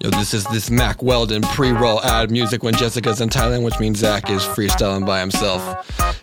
Yo, this is this Mac Weldon pre-roll ad music when Jessica's in Thailand, which means Zach is freestyling by himself.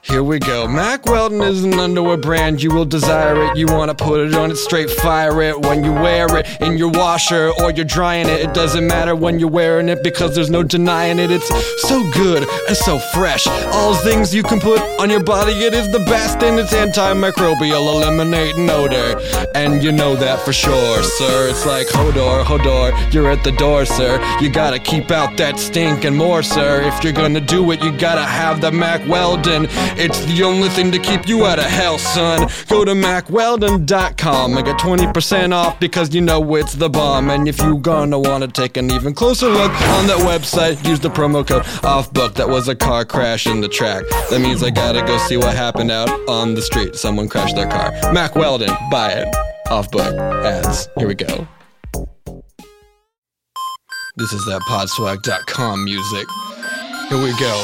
Here we go. Mac Weldon is an underwear brand. You will desire it. You wanna put it on it straight, fire it when you wear it in your washer or you're drying it. It doesn't matter when you're wearing it because there's no denying it. It's so good and so fresh. All things you can put on your body. It is the best and it's antimicrobial, eliminating odor, and you know that for sure, sir. It's like Hodor, Hodor. You're at the door, sir. You gotta keep out that stink and more, sir. If you're gonna do it, you gotta have the Mac Weldon. It's the only thing to keep you out of hell, son. Go to MacWeldon.com and get 20% off because you know it's the bomb. And if you gonna wanna take an even closer look on that website, use the promo code OFFBOOK. That was a car crash in the track. That means I gotta go see what happened out on the street. Someone crashed their car. Mac Weldon, buy it. Off book ads. Here we go. This is that podswag.com music. Here we go.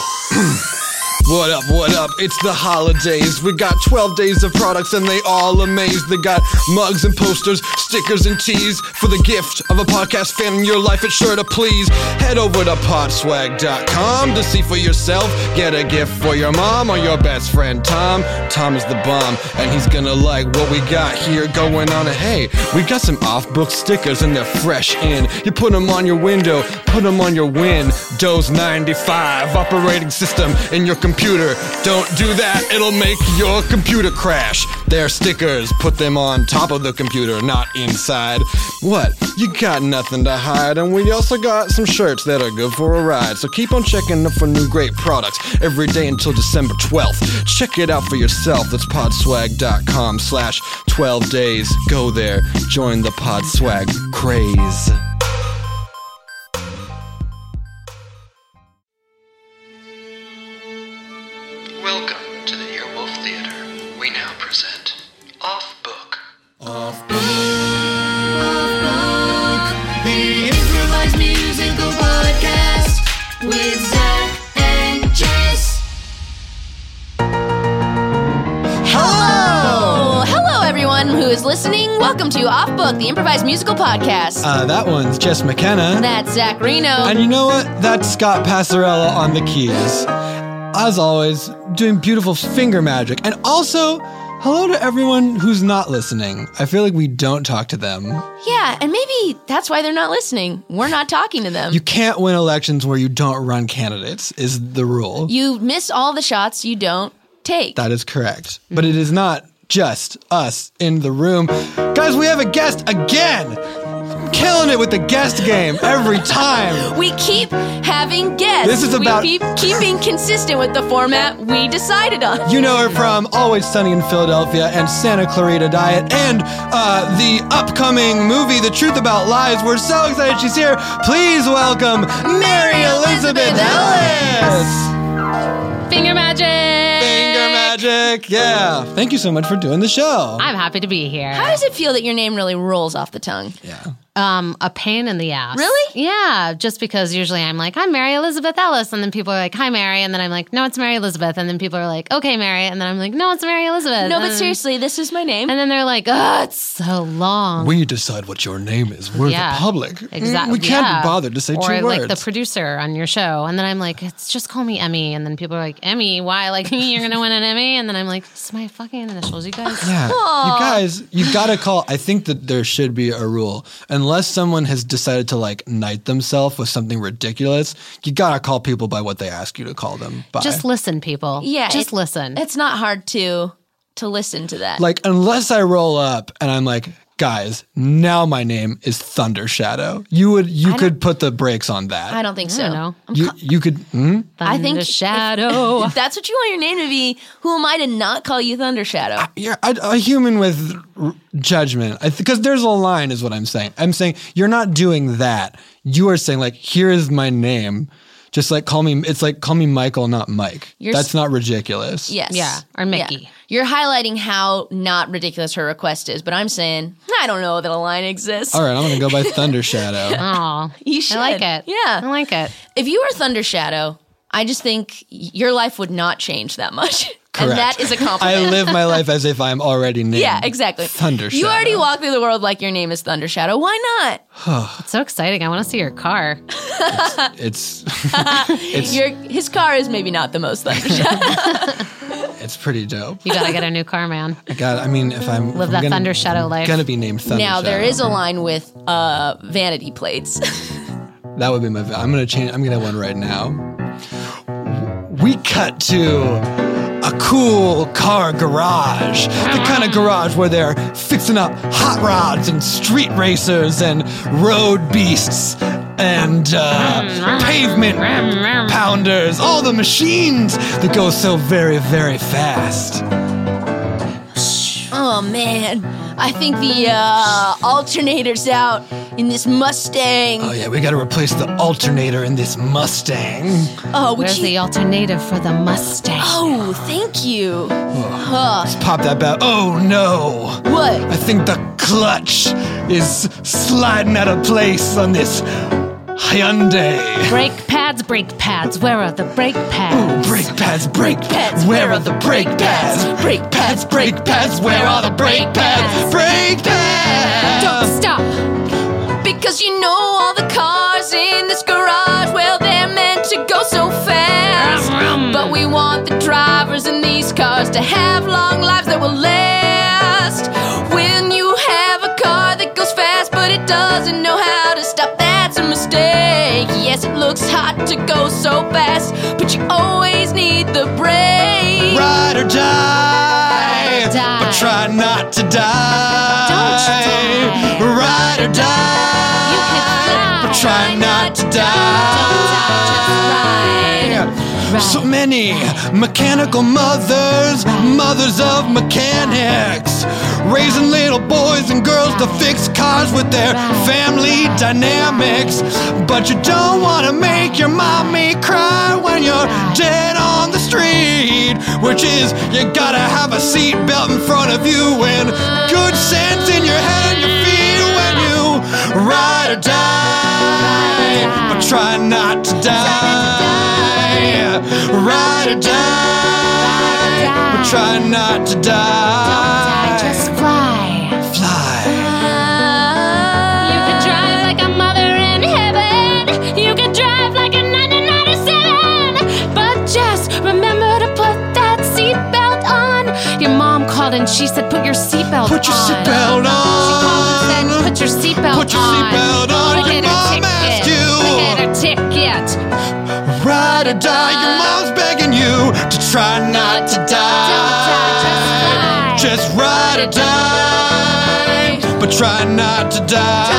What up, what up? It's the holidays. We got 12 days of products and they all amaze. They got mugs and posters, stickers and teas for the gift of a podcast fan in your life. It's sure to please. Head over to podswag.com to see for yourself. Get a gift for your mom or your best friend Tom. Tom is the bomb and he's gonna like what we got here going on. And hey, we got some off book stickers and they're fresh in. You put them on your window, put them on your Windows 95 operating system in your computer computer. Don't do that, it'll make your computer crash. Their stickers, put them on top of the computer, not inside. What? You got nothing to hide, and we also got some shirts that are good for a ride. So keep on checking up for new great products every day until December 12th. Check it out for yourself. That's podswag.com slash 12 days. Go there, join the podswag craze. Welcome to the Earwolf Theater. We now present Off Book. Off The improvised musical podcast with Zach and Jess. Hello! Hello, everyone who is listening. Welcome to Off Book, the improvised musical podcast. Uh, that one's Jess McKenna. That's Zach Reno. And you know what? That's Scott Passarella on the keys. As always, doing beautiful finger magic. And also, hello to everyone who's not listening. I feel like we don't talk to them. yeah, and maybe that's why they're not listening. We're not talking to them. You You, can't win elections where you don't run candidates, is the rule. miss all the shots you don't take. that is correct. But it is not just us in the room. Guys, we have a guest again! Killing it with the guest game every time. we keep having guests. This is about- We keep, keep being consistent with the format we decided on. You know her from Always Sunny in Philadelphia and Santa Clarita Diet and uh, the upcoming movie, The Truth About Lies. We're so excited she's here. Please welcome Mary Elizabeth Elizabeth Ellis. Finger magic. Finger magic. Yeah. Thank you so much for doing the show. I'm happy to be here. How does it feel that your name really rolls off the tongue? yeah. Um, a pain in the ass. Really? Yeah. Just because usually I'm like, I'm Mary Elizabeth Ellis, and then people are like, Hi Mary, and then I'm like, No, it's Mary Elizabeth, and then people are like, Okay, Mary, and then I'm like, No, it's Mary Elizabeth. No, And Um, but then- seriously, this is my name. And then they're like, Oh, it's so long. We decide what your name is. We're Yeah. the public. Exactly. We can't yeah. be bothered to say or two like words. the producer on your show, and then I'm like, it's just call me Emmy, and then people are like, Emmy, why? Like you're gonna win an Emmy, and then I'm like, it's my fucking initials, you guys. yeah. You guys, you gotta call. I think that there should be a rule, and unless someone has decided to like knight themselves with something ridiculous, you gotta call people by what they ask you to call them by. Just listen, people. Yeah, Just it- listen. It's not hard to to listen to that. like unless I roll up and I'm like, guys, now my name is Thunder Shadow. You would you could put the brakes on that. I don't think so. I don't know. You you could. Hmm? I think Thunder if- shadow. if that's what you want your name to be. Who am I to not call you Thunder Shadow? You're a, a human with r- judgment. Because there's a line, is what I'm saying. I'm saying you're not doing that. You are saying like, here is my name. Just like call me. It's like call me Michael, not Mike. You're That's s- not ridiculous. Yes. Yeah, or Mickey. You're highlighting how not ridiculous her request is, but I'm saying I don't know that a line exists. All right, I'm gonna go by Thunder Shadow. Oh, You should. I like it. Yeah. I like it. If you were Thunder Shadow, I just think your life would not change that much. Correct. And that is a compliment. I live my life as if I'm already named. yeah, exactly. Thunder You already Shadow. walk through the world like your name is Thunder Shadow. Why not? It's so exciting. I want to see your car. It's Your his car is maybe not the most Thunder Shadow. it's pretty dope. You gotta get a new car, man. God, I mean, if I'm Live if I'm that gonna, Thunder Shadow life. gonna be named Thunder now there Shadow. is a line with uh, vanity plates. That would be my. I'm gonna change. I'm gonna have one right now. We cut to a cool car garage. The kind of garage where they're fixing up hot rods and street racers and road beasts and uh, pavement pounders. All the machines that go so very, very fast. Oh man, I think the uh, alternator's out in this Mustang. Uh, Oh yeah, we gotta replace the alternator in this Mustang. Oh, would Where's you? the alternative for the Mustang? oh, thank you. Huh. Pop that back. Oh no. What? I think the clutch is sliding out of place on this Hyundai. Brake pads, brake pads. Where are the brake pads? Brake pads, brake pads, pads, where are the brake pads? Brake pads, brake pads, where are the brake pads? Brake pads! Stop. Because you know all the cars in this garage, well, they're meant to go so fast. But we want the drivers in these cars to have long lives that will last. When you have a car that goes fast, but it doesn't know how to stop, that's a mistake. Yes, it looks hot to go so fast, but you always need the brake. Ride or die, die. but try not to die. Don't you die. Ride or die, You can fly. but try not to die, die. just ride. So many mechanical mothers, mothers of mechanics, raising little boys and girls to fix cars with their family dynamics. But you don't want to make your mommy cry when you're dead on the street, which is you gotta have a seatbelt in front of you and good sense in your head and your feet when you ride or die. But try not to die. Ride or die. But try not to I just die. fly. Fly. You can drive like a mother in heaven. You can drive like a 1997. But just remember to put that seatbelt on. Your mom called and she said, put your seatbelt Put your on. seatbelt Then on. put your seatbelt Put your seatbelt on. Look Your at her mom ticket. asked you. Look at her ticket. Ride or die. Your mom's begging you to try not to die. Don't die, just Just ride or die. But try not to die.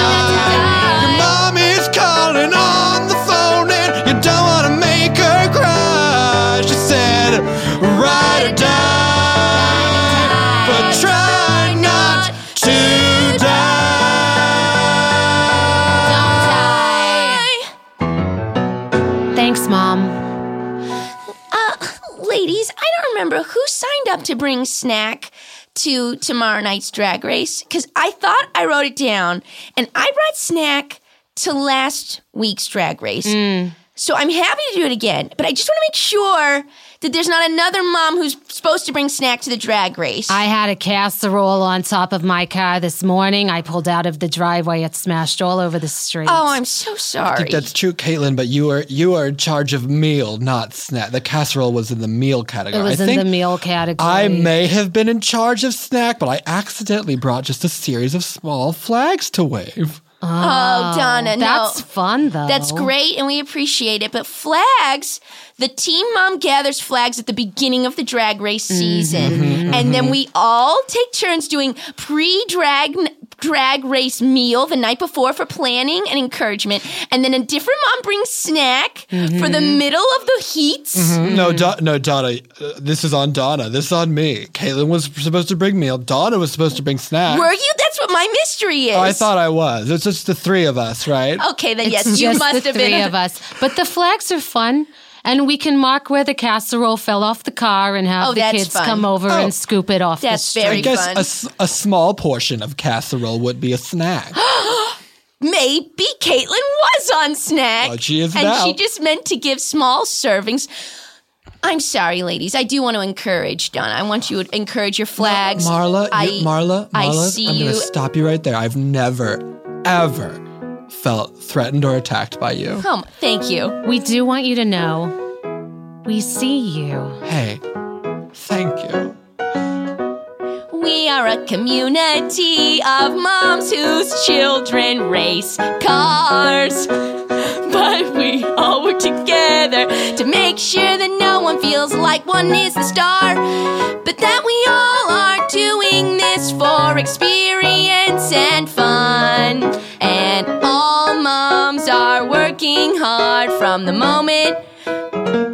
Your mom is calling on the phone and you don't want to make her cry. She said, ride or die. But try not to die. Thanks, mom. Uh, ladies, I don't remember who signed up to bring snack to tomorrow night's drag race because I thought I wrote it down and I brought snack to last week's drag race. So I'm happy to do it again, but I just want to make sure that there's not another mom who's supposed to bring snack to the drag race. I had a casserole on top of my car this morning. I pulled out of the driveway. It smashed all over the street. oh, I'm so sorry. That's true, Caitlin, but you are you are in charge of meal, not snack. The casserole was in the meal category. It was I in think the meal category. I may have been in charge of snack, but I accidentally brought just a series of small flags to wave. Oh, Donna, no. That's fun, though. Oh. That's great, and we appreciate it. But flags, the team mom gathers flags at the beginning of the drag race Mm-hmm. season, and then we all take turns doing pre-drag drag race meal the night before for planning and encouragement, and then a different mom brings snack Mm-hmm. for the middle of the heats. Mm. No, Do- no, Donna. uh, this is on Donna. This is on me. Caitlin was supposed to bring meal. Donna was supposed to bring snacks. Were you? That's what my mystery is. Oh, I thought I was. It's just the three of us, right? Oh, Okay, then It's yes, you just must the have three been. of us. But the flags are fun, and we can mark where the casserole fell off the car and have Oh, the that's kids fun. come over Oh. and scoop it off That's the street. very I guess fun. a s- a, small portion of casserole would be a snack. Maybe Caitlin was on snack. Well, she is and now. she just meant to give small servings. I'm sorry, ladies. I do want to encourage Donna. I want you to encourage your flags. Marla, I, you, Marla, Marla, I I'm see gonna you. stop you right there. I've never, ever felt threatened or attacked by you. Come, thank you. We do want you to know we see you. Hey, thank you. We are a community of moms whose children race cars. But we all work together to make sure that no one feels like one is the star. But that we all are doing this for experience and fun. And all moms are working hard from the moment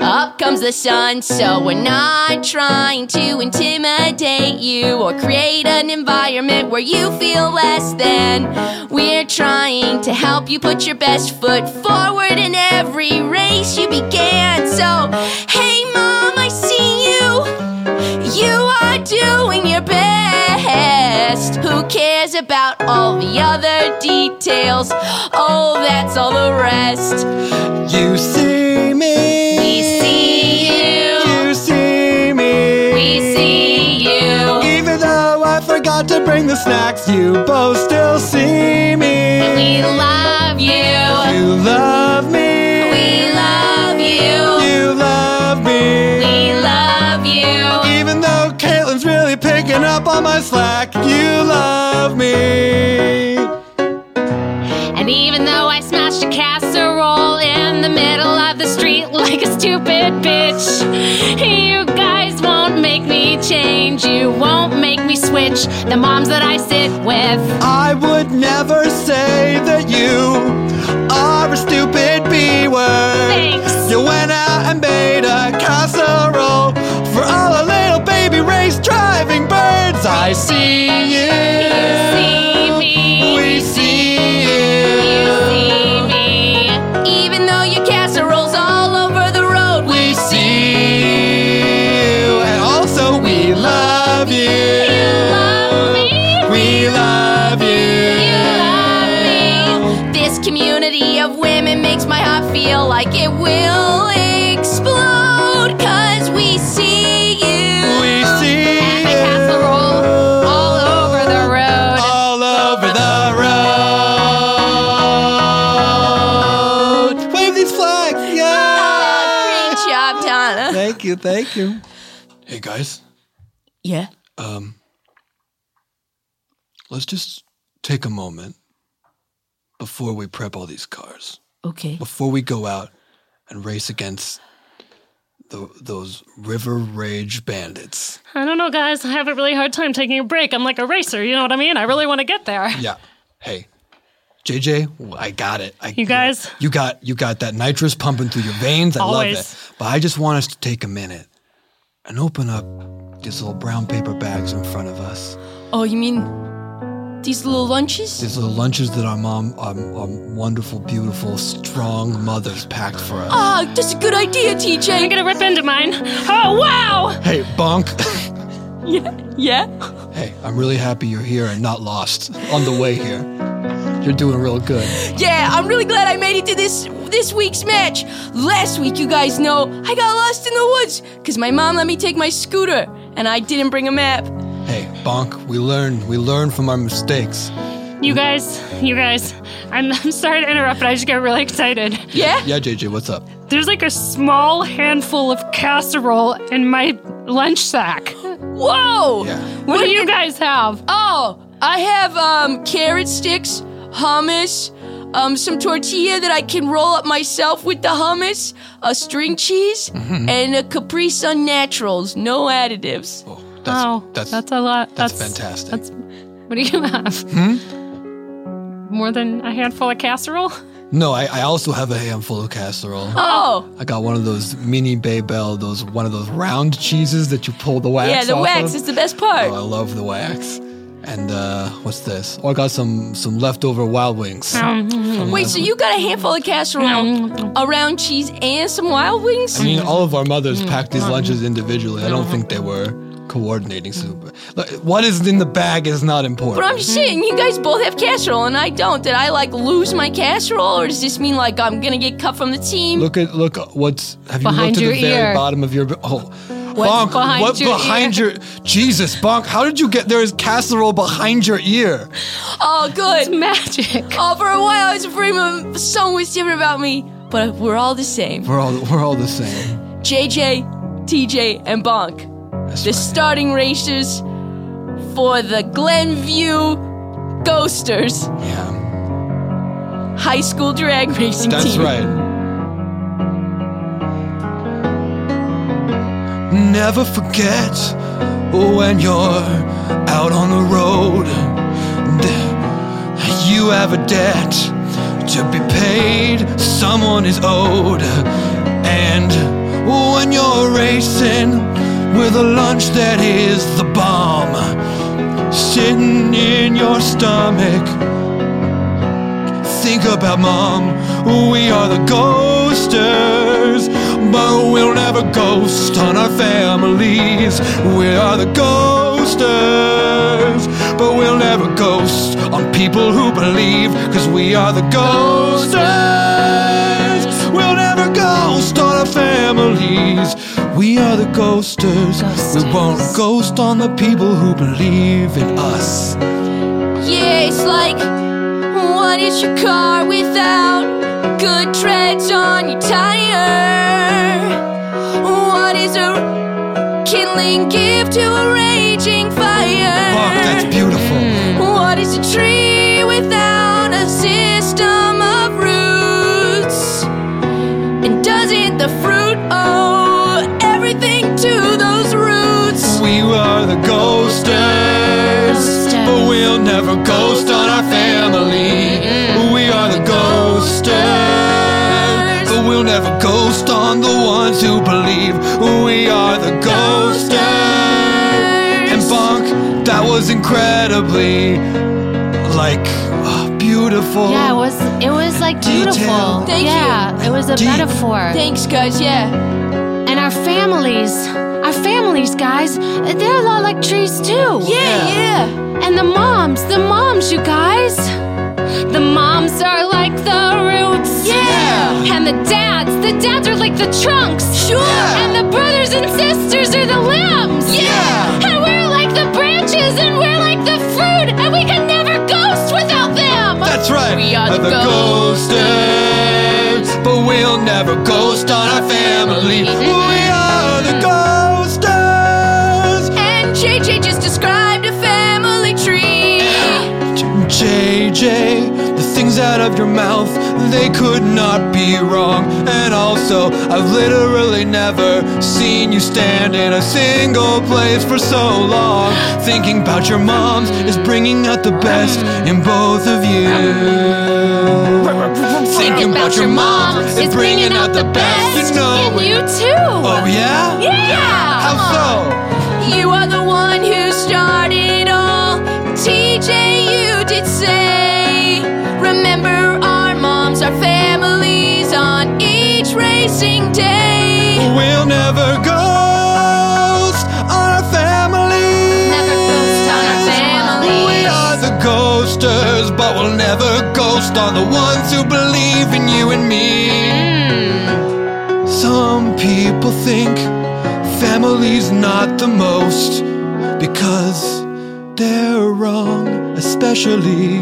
up comes the sun, so we're not trying to intimidate you or create an environment where you feel less than. We're trying to help you put your best foot forward in every race you began. So, hey mom, I see you. You are doing your best. Who cares about all the other details? Oh, that's all the rest. You see me. We see you. You see me. We see you. Even though I forgot to bring the snacks, you both still see me. We love you. You love me. We love you. You love me. We love you. Even though Caitlin's really picking up on my slack, you love me. And even though I smashed a casserole in the middle of the street like a stupid bitch, you guys won't make me change. You won't make me switch the moms that I sit with. I would never say that you are a stupid B word. Thanks. You went out and made a casserole for all the little baby race driving birds. I see you. See me. We see you. See me. Even though your casserole's all over the road, we We see you. And also, we love you. love me. We love You love you. me. This community of women makes my heart feel like it will explode. Cause we see you. We see And my you. casserole all over the road. all over the road. Wave these flags! Great Yeah! job, Donna. Thank you, thank you. Hey guys, Um, Yeah. let's just take a moment before we prep all these cars, Okay. before we go out and race against tho- those river rage bandits. I don't know, guys. I have a really hard time taking a break. I'm like a racer, you know what I mean? I really want to get there. Yeah. Hey, JJ, I got it. I, You guys? you got you got that nitrous pumping through your veins. I love Always. it. But I just want us to take a minute and open up these little brown paper bags in front of us. Oh, you mean these little lunches? These little lunches that our mom, our, our wonderful, beautiful, strong mothers packed for us. Ah, that's a good idea, I'm TJ. going to rip into mine. Oh, wow! Hey, Bonk. Yeah. hey, I'm really happy you're here and not lost on the way here. You're doing real good. Yeah, I'm really glad I made it to this this week's match. Last week, you guys know, I got lost in the woods because my mom let me take my scooter and I didn't bring a map. Hey, Bonk, we learn. We learn from our mistakes. You guys, you guys, I'm, I'm sorry to interrupt, but I just get really excited. Yeah? Yeah, JJ, what's up? There's like a small handful of casserole in my lunch sack. Whoa! Yeah. What do you guys have? Oh, I have um carrot sticks, hummus, um, some tortilla that I can roll up myself with the hummus, a string cheese, Mm-hmm. and a Capri Sun Naturals, no additives. Oh, that's, Wow, that's, that's a lot. that's That's, fantastic. That's what do you have? Hmm? More than a handful of casserole? No, I, I also have a handful of casserole. Oh, I got one of those mini Baybel, those one of those round cheeses that you pull the wax yeah, the off wax of. is the best part. Oh, I love the wax. And uh, what's this? Oh, I got some some leftover wild wings. Wait, so you got a handful of casserole, Mm-hmm. a round cheese, and some wild wings? Mm. I mean, all of our mothers packed these lunches individually. I don't think they were Mm-hmm. coordinating. So, Look, what is in the bag is not important. But I'm just saying, you guys both have casserole and I don't. Did I like lose my casserole, or does this mean like I'm gonna get cut from the team? Look at look what's have you Behind looked at your the very ear. bottom of your oh Bonk, behind what your behind ear? your Jesus Bonk, how did you get there is casserole behind your ear? Oh, good. Magic. Oh, for a while I was afraid my song was different about me, but we're all the same. We're all we're all the same. JJ, TJ, and Bonk. That's The right. starting racers for the Glenview Ghosters Yeah. High School Drag Racing That's Team. right. Never forget when you're out on the road that you have a debt to be paid, someone is owed. And when you're racing with a lunch that is the bomb, sitting in your stomach think about mom. We are the ghosters, but we'll never ghost on our families. We are the ghosters, but we'll never ghost on people who believe, cause we are the ghosters. We'll never ghost on our families. We are the ghosters. We won't ghost on the people who believe in us. Yeah, it's like, what is your car without good treads on your tire? What is a kindling give to a raging fire? Fuck, that's beautiful. What is a tree without a system of roots? And doesn't the fruit owe everything to those roots? We are the ghosters, but we'll never ghost on our family. We are the ghosters, but we'll never ghost on the ones who believe. We are the ghosters. And Bonk, that was incredibly, like, uh, beautiful. Yeah, it was it was like Detail. beautiful. Thank you. yeah, it was a Deep. metaphor. Thanks, guys, yeah. and our families, our families, guys, they're a lot like trees too. Yeah, yeah. And the moms, the moms, you guys. The moms are like the roots. Yeah. And the dads, the dads are like the trunks. Sure. And the brothers and sisters are the limbs. Yeah. And we're like the branches and we're like the fruit and we can never ghost without them. That's right. We are the ghosters, but we'll never ghost on our family. We are the ghosters. And JJ just described a family tree. JJ, the things out of your mouth, they could not be wrong. And also, I've literally never seen you stand in a single place for so long. Thinking about your moms is bringing out the best in both of you. Thinking about your mom is bringing out the best. You know in it. you too. Oh, yeah? Yeah! How so? You are the one who started all. TJ, you did say. Remember our moms, our families on each racing day. We'll never ghost on our family. Never ghost on our We families. are the ghosters, but we'll never ghost on the ones who believe in you and me. Some people think family's not the most because they're wrong, especially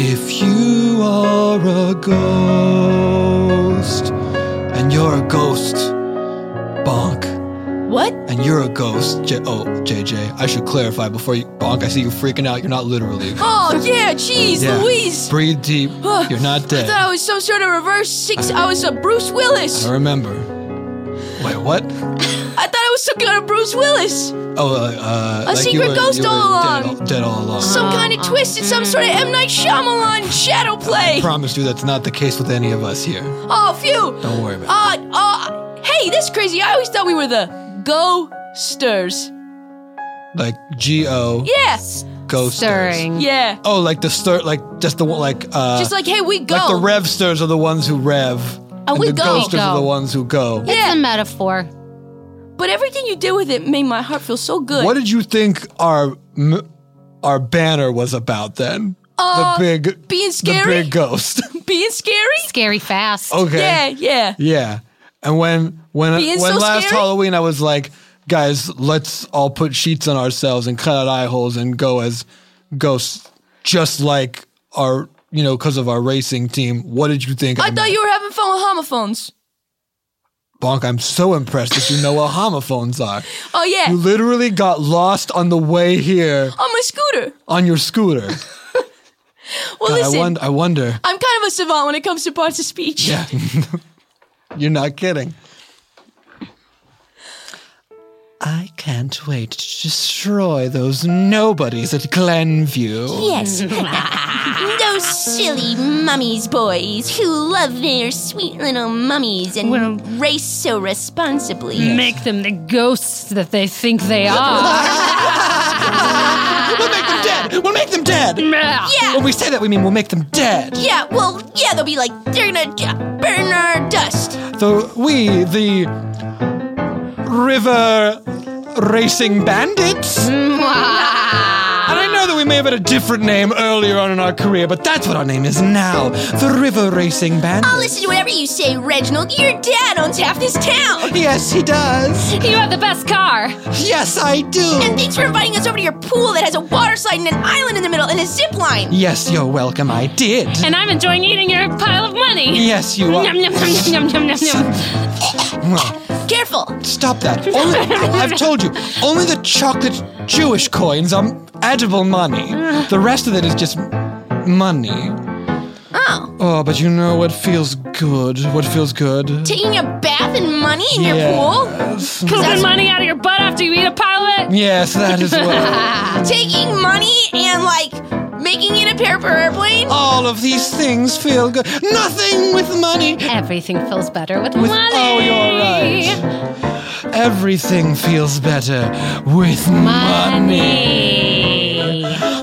if you are a ghost and you're a ghost. Bonk. What? and you're a ghost. J- oh, JJ, I should clarify before you bonk. I see you freaking out. You're not literally. Oh yeah, jeez, Louise. Breathe deep. You're not I thought I dead. was some sort of reverse six. I was a Bruce Willis. I remember. Wait, what? I thought I was some kind of Bruce Willis. Oh, uh, uh, like you secret were, ghost you were all dead along. Dead, all along. Some kind of twisted, some sort of M Night Shyamalan shadow play. I promise you that's not the case with any of us here. Oh, phew. Don't worry about Uh, uh, hey, that's crazy. I always thought we were the ghosters. it. Like G O Yeah, ghost Stirring. yeah. Oh, like the stir, like just the one, like uh, Just like, hey, we go. Uh, like the revsters are the ones who rev, and we the go. ghosters Go. are the ones who go. Yeah. It's a metaphor. But everything you did with it made my heart feel so good. What did you think our m- our banner was about then? Uh, the big being scary? the big ghost. Being scary? Scary fast. okay. Yeah, yeah. Yeah. And when when Being when so last scary? Halloween I was like, guys, let's all put sheets on ourselves and cut out eye holes and go as ghosts just like our you know, because of our racing team. What did you think? I thought you were having fun with homophones. Bonk, I'm so impressed that you know what homophones are. Oh, You yeah. literally got lost on the way here On my scooter. on your scooter. Well, God, I, listen, won- I wonder. I'm kind of a savant when it comes to parts of speech. Yeah. You're not kidding. I can't wait to destroy those nobodies at Glenview. Yes. Those silly mummies boys who love their sweet little mummies and Well- race so responsibly. Make them the ghosts that they think they are. We'll make them dead. We'll make them dead. Yeah. When we say that, we mean we'll make them dead. Yeah, well, yeah, they'll be like, they're gonna uh, burn our dust. So we, the river racing bandits. and I know that we may have had a different name earlier on in our career, but that's what our name is now. The river racing bandits. I'll listen to whatever you say, Reginald. Your dad owns half this town. Yes, he does. you have the best car. Yes, I And do. thanks for inviting us over to your pool that has a water slide and an island in the middle and a zip line. Yes, you're welcome. I did. And I'm enjoying eating your pile of money. Yes, you Yum, are. yum, yum, yum, yum, yum, yum. Careful. Stop that. Only, I've told you, only the chocolate Jewish coins are edible money. The rest of it is just money. Oh, Oh, but you know what feels good? What feels good? taking a bath in money in your pool? Yes. Pooping money out of your butt after you eat a pile of it. Yes, that is what. Taking money and, like, making it a pair per airplane? All of these things feel good. Nothing with money. Everything feels better with, With, money. oh, you're right. Everything feels better with money. Mm. Money.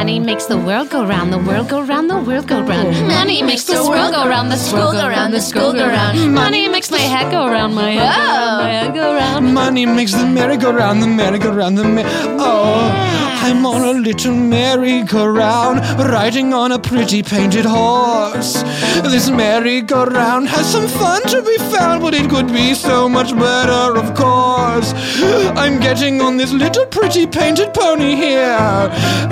Money makes the world go round, the world go round, the world go round. Money makes the world go round, the school go round, the school go round. Money makes my head go round, my head go round, my head go round. Money makes the merry-go-round, the merry-go-round, the merry Oh, I'm on a little merry-go-round, riding on a pretty painted horse. This merry-go-round has some fun to be found, but it could be so much better, of course. I'm getting on this little pretty painted pony here,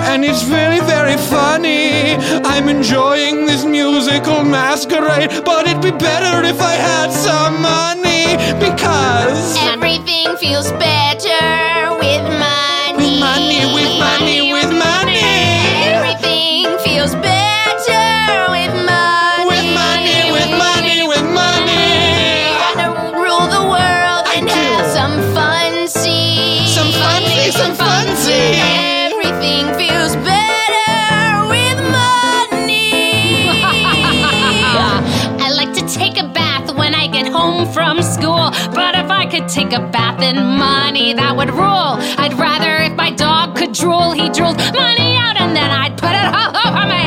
and it's very, very funny. I'm enjoying this musical masquerade, but it'd be better if I had some money, because. Everything feels better with money. With money, with money, with money. Everything feels better with money. With money, with money, with money. Wanna rule the world I and do. have some fun see. Some funsies, some funsies. Everything feels better with money. I like to take a bath when I get home from school. But if I could take a bath in money, that would rule. I'd rather if my dog could drool, he drooled money out and then I'd put it all over me.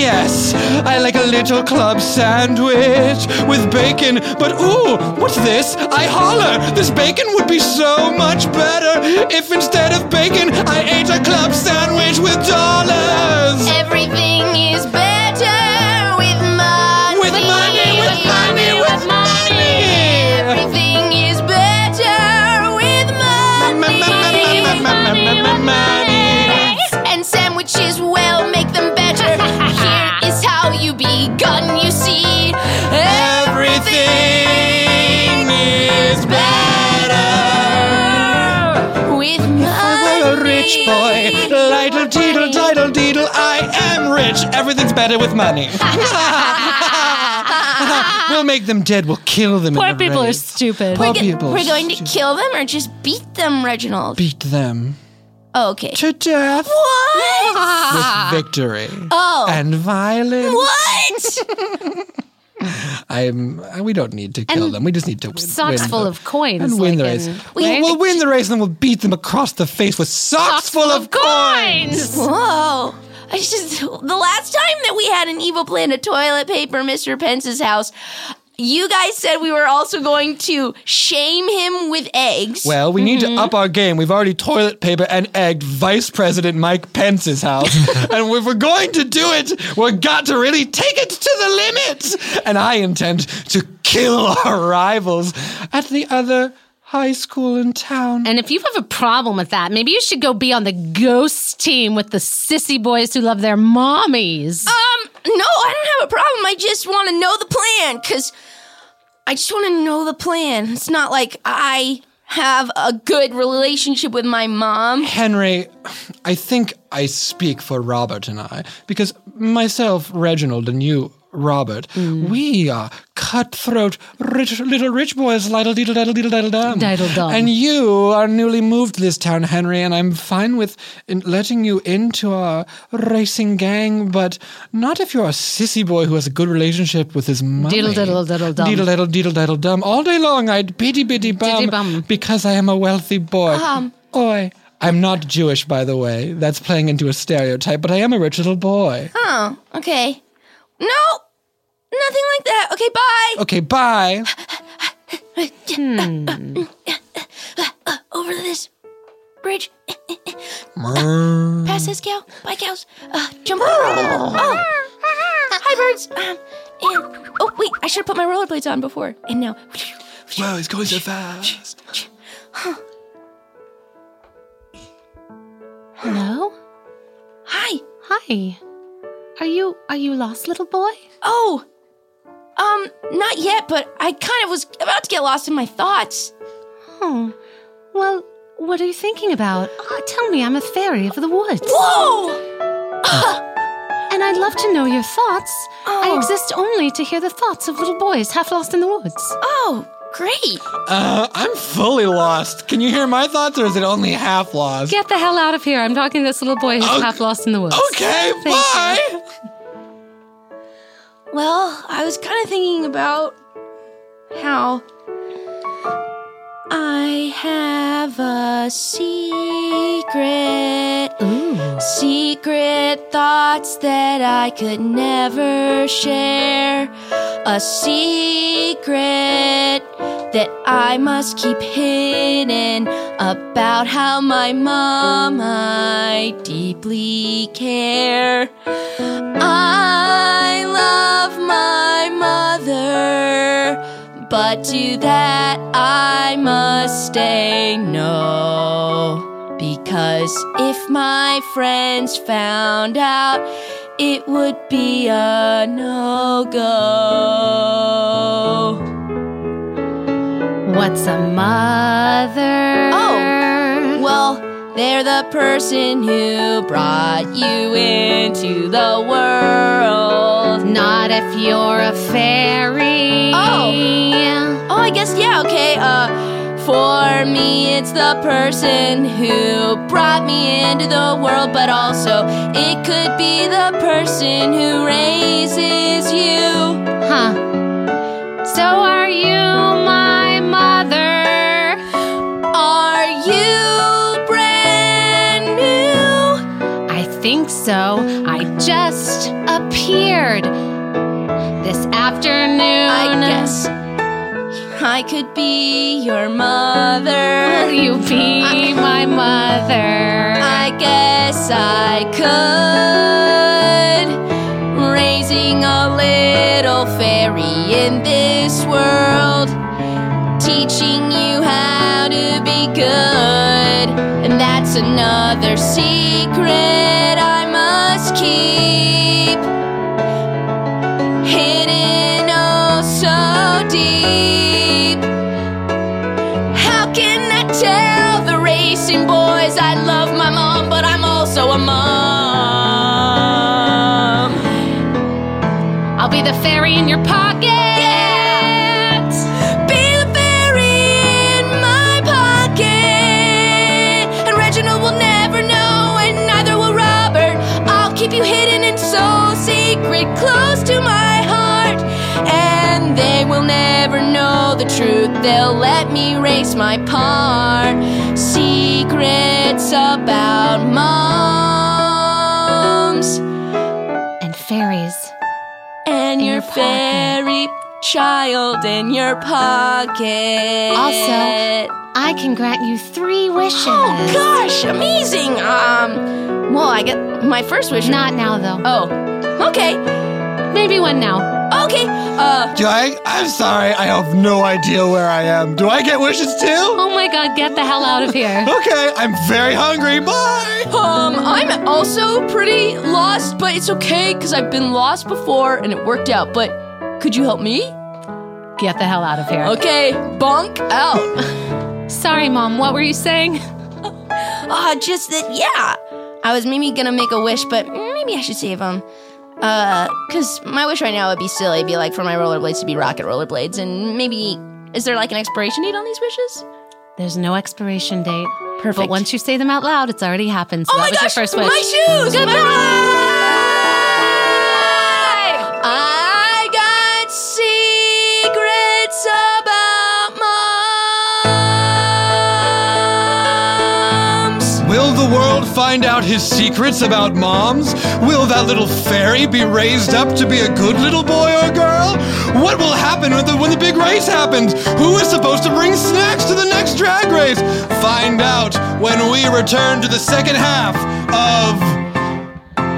Yes, I like a little club sandwich with bacon, but ooh, what's this? I holler! This bacon would be so much better if instead of bacon I ate a club sandwich with dollars! Everything is better with money. With money, with money, with money! Everything is better with money. Money. And sandwiches, well, make them better. Here is how you begun, you see. Everything is better If I were a rich boy, little teetle title deedle, I am rich. Everything's better with money. we'll make them dead. We'll kill them. Poor in the people are raid. stupid. Poor We're, go- people. we're going to kill them or just beat them, Reginald. beat them oh, okay. to death What? with victory Oh. and violence. What? I'm. uh, We don't need to kill And them. We just need to win. socks win full the- of coins, and win the like race. in- we'll, Right? we'll win the race, and then we'll beat them across the face with socks, full of coins. Whoa. I just the last time that we had an evil plan to toilet paper Mr. Pence's house, you guys said we were also going to shame him with eggs. Well, we need to up our game. We've already toilet paper and egged Vice President Mike Pence's house. and if we're going to do it, we've got to really take it to the limit. And I intend to kill our rivals at the other high school in town. And if you have a problem with that, maybe you should go be on the ghost team with the sissy boys who love their mommies. Um, no, I don't have a problem. I just want to know the plan because I just want to know the plan. It's not like I have a good relationship with my mom. Henry, I think I speak for Robert and I, because myself, Reginald, and you, Robert, Mm. we are cutthroat rich, little rich boys, little diddle diddle diddle diddle dum. Diddle dum. And you are newly moved to this town, Henry, and I'm fine with in- letting you into our racing gang, but not if you're a sissy boy who has a good relationship with his mummy. Diddle diddle diddle dum. Diddle diddle diddle diddle dum. All day long I'd biddy biddy bum, Diddy bum. Um. because I am a wealthy boy. Oi. I'm not Jewish, by the way. That's playing into a stereotype, but I am a rich little boy. Um. Oh, okay. No, nothing like that. Okay, bye. Okay, bye. Over this bridge. Pass this cow. Bye, cows. Uh, jump. oh. Hi, birds. Um, and, oh, wait. I should have put my rollerblades on before. And now. Wow, he's going so fast. Hello? Hi. Hi. Are you are you lost, little boy? Oh. Um, not yet, but I kind of was about to get lost in my thoughts. Oh. Well, what are you thinking about? Uh, tell me, I'm a fairy of the woods. Whoa! And I'd love to know your thoughts. I Oh. exist only to hear the thoughts of little boys half lost in the woods. Oh, great. Uh, I'm fully lost. Can you hear my thoughts, or is it only half lost? Get the hell out of here. I'm talking to this little boy who's Oh, half lost in the woods. Okay, Thank you. bye. Well, I was kind of thinking about how I have a secret, secret thoughts that I could never share, a secret that I must keep hidden about how my mom I deeply care. I love my mother, but to that I must say no. Because if my friends found out, it would be a no go. What's a mother? Oh, Well, they're the person who brought you into the world. Not if you're a fairy. Oh. Oh, I guess, yeah, okay. Uh, for me, it's the person who brought me into the world, but also it could be the person who raises you. Huh. So are you my mother? Are you brand new? I think so. I just appeared this afternoon. I guess I could be your Will mother. you be Uh, my mother? I guess I could. Raising a little fairy in this world. Teaching you how to be good. And that's another secret I must keep. Hidden oh so deep. How can I tell the racing boys the fairy in your pocket. Be the fairy in my pocket. And Reginald will never know, and neither will Robert. I'll keep you hidden and so secret, close to my heart. And they will never know the truth. They'll let me race my part. Secrets about moms and fairies. And your, fairy child in your pocket. Also, I can grant you three wishes. Oh gosh, amazing. Um, well, I get my first wish. Not now, though. Oh, okay. Maybe one now. Okay. Uh, Do I? I'm sorry. I have no idea where I am. Do I get wishes too? Oh my god, get the hell out of here. okay, I'm very hungry. Bye. Um, I'm also pretty lost, but it's okay because I've been lost before and it worked out. But could you help me? Get the hell out of here. Okay, bonk out. Sorry, mom. What were you saying? Ah, just that. Yeah, I was maybe gonna make a wish, but maybe I should save them. Uh, cause my wish right now would be silly. It'd be like for my rollerblades to be rocket rollerblades, and maybe is there like an expiration date on these wishes? There's no expiration date. Perfect. But once you say them out loud, it's already happened. So oh that my was gosh! your first wish. My shoes. Goodbye. I got secrets about moms. Will the world find out his secrets about moms? Will that little fairy be raised up to be a good little boy or girl? What will happen when the, when the big race happens? Who is supposed to bring snacks to the next drag race? Find out when we return to the second half of.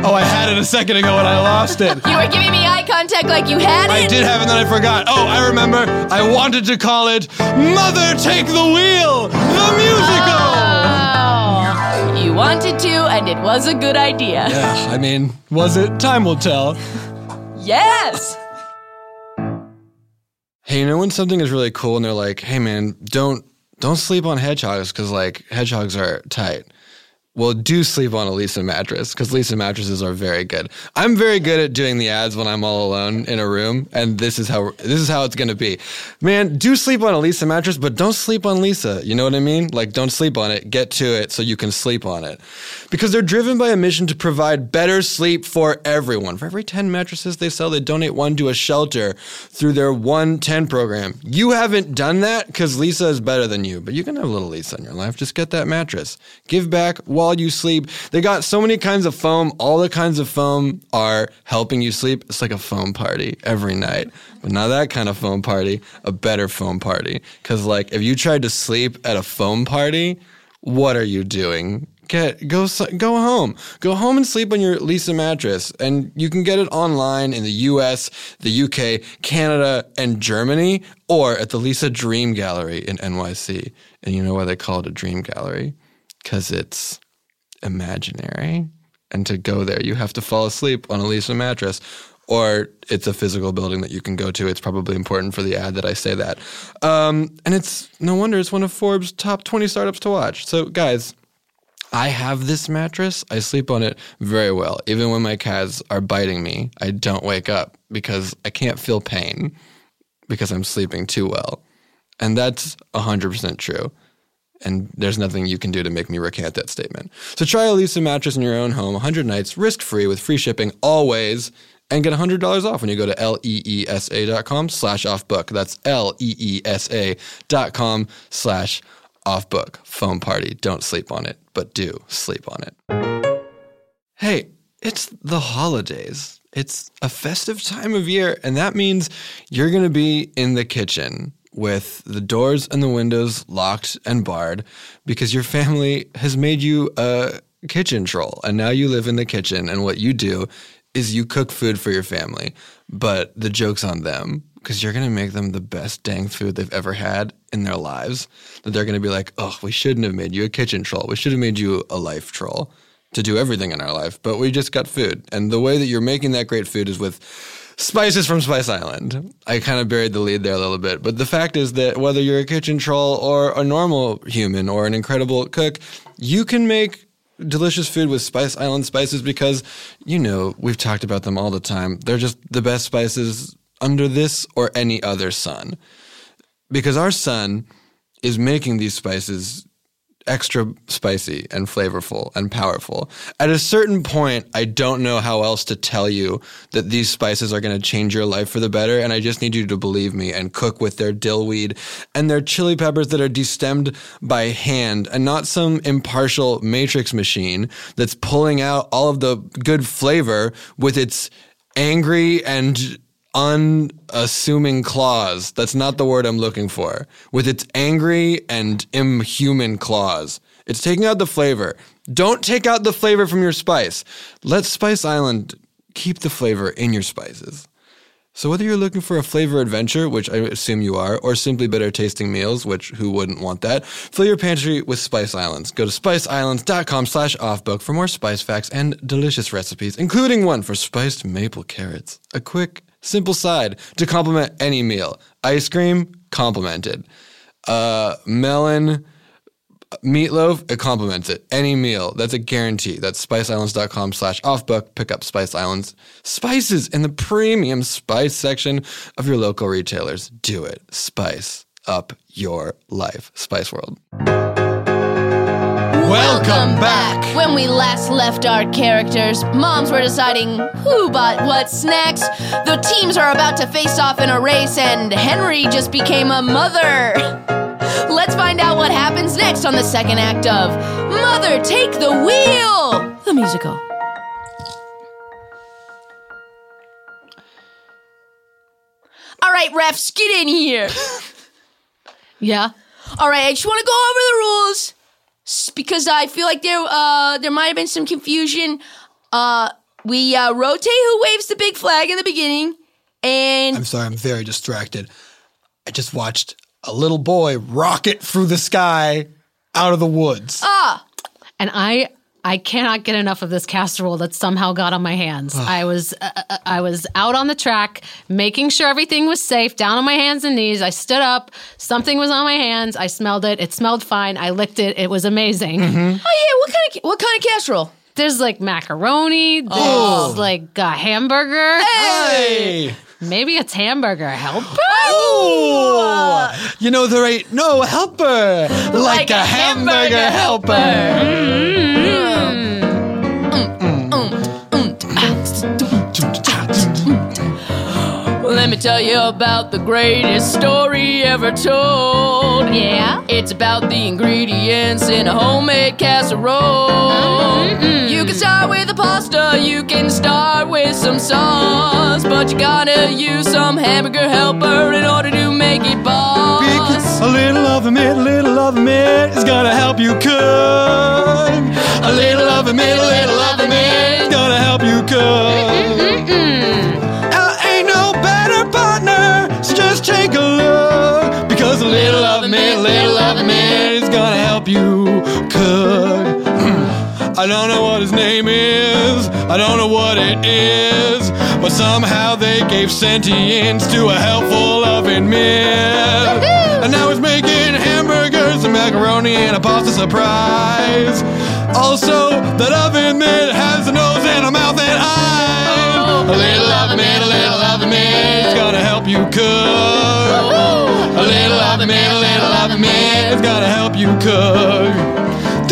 Oh, I had it a second ago and I lost it. You were giving me eye contact like you had it. I did have it, and then I forgot. Oh, I remember. I wanted to call it Mother Take the Wheel, the musical. Oh, you wanted to, and it was a good idea. Yeah, I mean, was it? Time will tell. Yes. Hey, you know when something is really cool and they're like, "Hey, man, don't don't sleep on hedgehogs because like hedgehogs are tight." Well, do sleep on a Lisa mattress because Lisa mattresses are very good. I'm very good at doing the ads when I'm all alone in a room, and this is how this is how it's gonna be. Man, do sleep on a Lisa mattress, but don't sleep on Lisa. You know what I mean? Like, don't sleep on it. Get to it so you can sleep on it, because they're driven by a mission to provide better sleep for everyone. For every ten mattresses they sell, they donate one to a shelter through their One Ten program. You haven't done that because Lisa is better than you, but you can have a little Lisa in your life. Just get that mattress. Give back while you sleep. They got so many kinds of foam. All the kinds of foam are helping you sleep. It's like a foam party every night. But not that kind of foam party, a better foam party. Cause like if you tried to sleep at a foam party, what are you doing? Get go s- go home. Go home and sleep on your Lisa mattress, and you can get it online in the U.S., the U.K., Canada, and Germany, or at the Lisa Dream Gallery in NYC. And you know why they call it a dream gallery? Because it's imaginary. And to go there, you have to fall asleep on a Lisa mattress, or it's a physical building that you can go to. It's probably important for the ad that I say that. Um, and it's no wonder it's one of Forbes' top 20 startups to watch. So, guys, I have this mattress. I sleep on it very well. Even when my cats are biting me, I don't wake up because I can't feel pain because I'm sleeping too well. And that's 100% true. And there's nothing you can do to make me recant that statement. So try a Lisa mattress in your own home 100 nights risk free with free shipping always. And get $100 off when you go to E leesa dot com slash off book. That's E leesa dot com slash off book. Phone party. Don't sleep on it, but do sleep on it. Hey, it's the holidays. It's a festive time of year, and that means you're going to be in the kitchen with the doors and the windows locked and barred because your family has made you a kitchen troll. And now you live in the kitchen, and what you do is you cook food for your family, but the joke's on them because you're going to make them the best dang food they've ever had in their lives. That they're going to be like, oh, we shouldn't have made you a kitchen troll. We should have made you a life troll to do everything in our life, but we just got food. And the way that you're making that great food is with spices from Spice Island. I kind of buried the lead there a little bit, but the fact is that whether you're a kitchen troll or a normal human or an incredible cook, you can make delicious food with Spice Island spices because, you know, we've talked about them all the time. They're just the best spices under this or any other sun. Because our sun is making these spices extra spicy and flavorful and powerful. At a certain point, I don't know how else to tell you that these spices are going to change your life for the better, and I just need you to believe me and cook with their dillweed and their chili peppers that are destemmed by hand and not some impartial matrix machine that's pulling out all of the good flavor with its angry and unassuming claws. That's not the word I'm looking for. With its angry and inhuman claws. It's taking out the flavor. Don't take out the flavor from your spice. Let Spice Island keep the flavor in your spices. So whether you're looking for a flavor adventure, which I assume you are, or simply better tasting meals, which who wouldn't want that, fill your pantry with Spice Islands. Go to spiceislands.com slash offbook for more spice facts and delicious recipes, including one for spiced maple carrots. A quick, simple side to complement any meal. Ice cream, complimented. Uh, melon, meatloaf, it complements it. Any meal, that's a guarantee. That's spiceislands.com slash offbook. Pick up Spice Islands spices in the premium spice section of your local retailers. Do it. Spice up your life. Spice World. Welcome back. When we last left our characters, moms were deciding who bought what snacks. The teams are about to face off in a race, and Henry just became a mother. Let's find out what happens next on the second act of Mother Take the Wheel, the musical. All right, refs, get in here. yeah. All right, I just want to go over the rules s- because I feel like there uh, there might have been some confusion. Uh, we uh, rotate who waves the big flag in the beginning, and I'm sorry, I'm very distracted. I just watched a little boy rocket through the sky out of the woods. Ah. And I I cannot get enough of this casserole that somehow got on my hands. Ugh. I was uh, uh, I was out on the track making sure everything was safe, down on my hands and knees. I stood up, something was on my hands. I smelled it. It smelled fine. I licked it. It was amazing. Mm-hmm. Mhm. Oh yeah, what kind of what kind of casserole? There's like macaroni, there's Oh. like a hamburger. Hey! Maybe it's hamburger help. Oh, you know there ain't no helper like, a hamburger, helper. Let me tell you about the greatest story ever told. Yeah? It's about the ingredients in a homemade casserole. Mm-hmm. You can start with the pasta, you can start with some sauce, but you gotta use some hamburger helper in order to make it boss. A little oven mitt, little oven mitt is gonna help you cook. A little oven mitt, little oven mitt is gonna help you cook. There ain't no better partner, so just take a look. Because a little oven mitt, little oven mitt is gonna help you Hmm. cook. I don't know what his name is, I don't know what it is, but somehow they gave sentience to a helpful oven mitt. And now he's making hamburgers and macaroni and a pasta surprise. Also, that oven mitt has a nose and a mouth and eyes. A little oven mitt, a little oven mitt, it's gonna help you cook. A little oven mitt, a little oven mitt, it's gonna help you cook.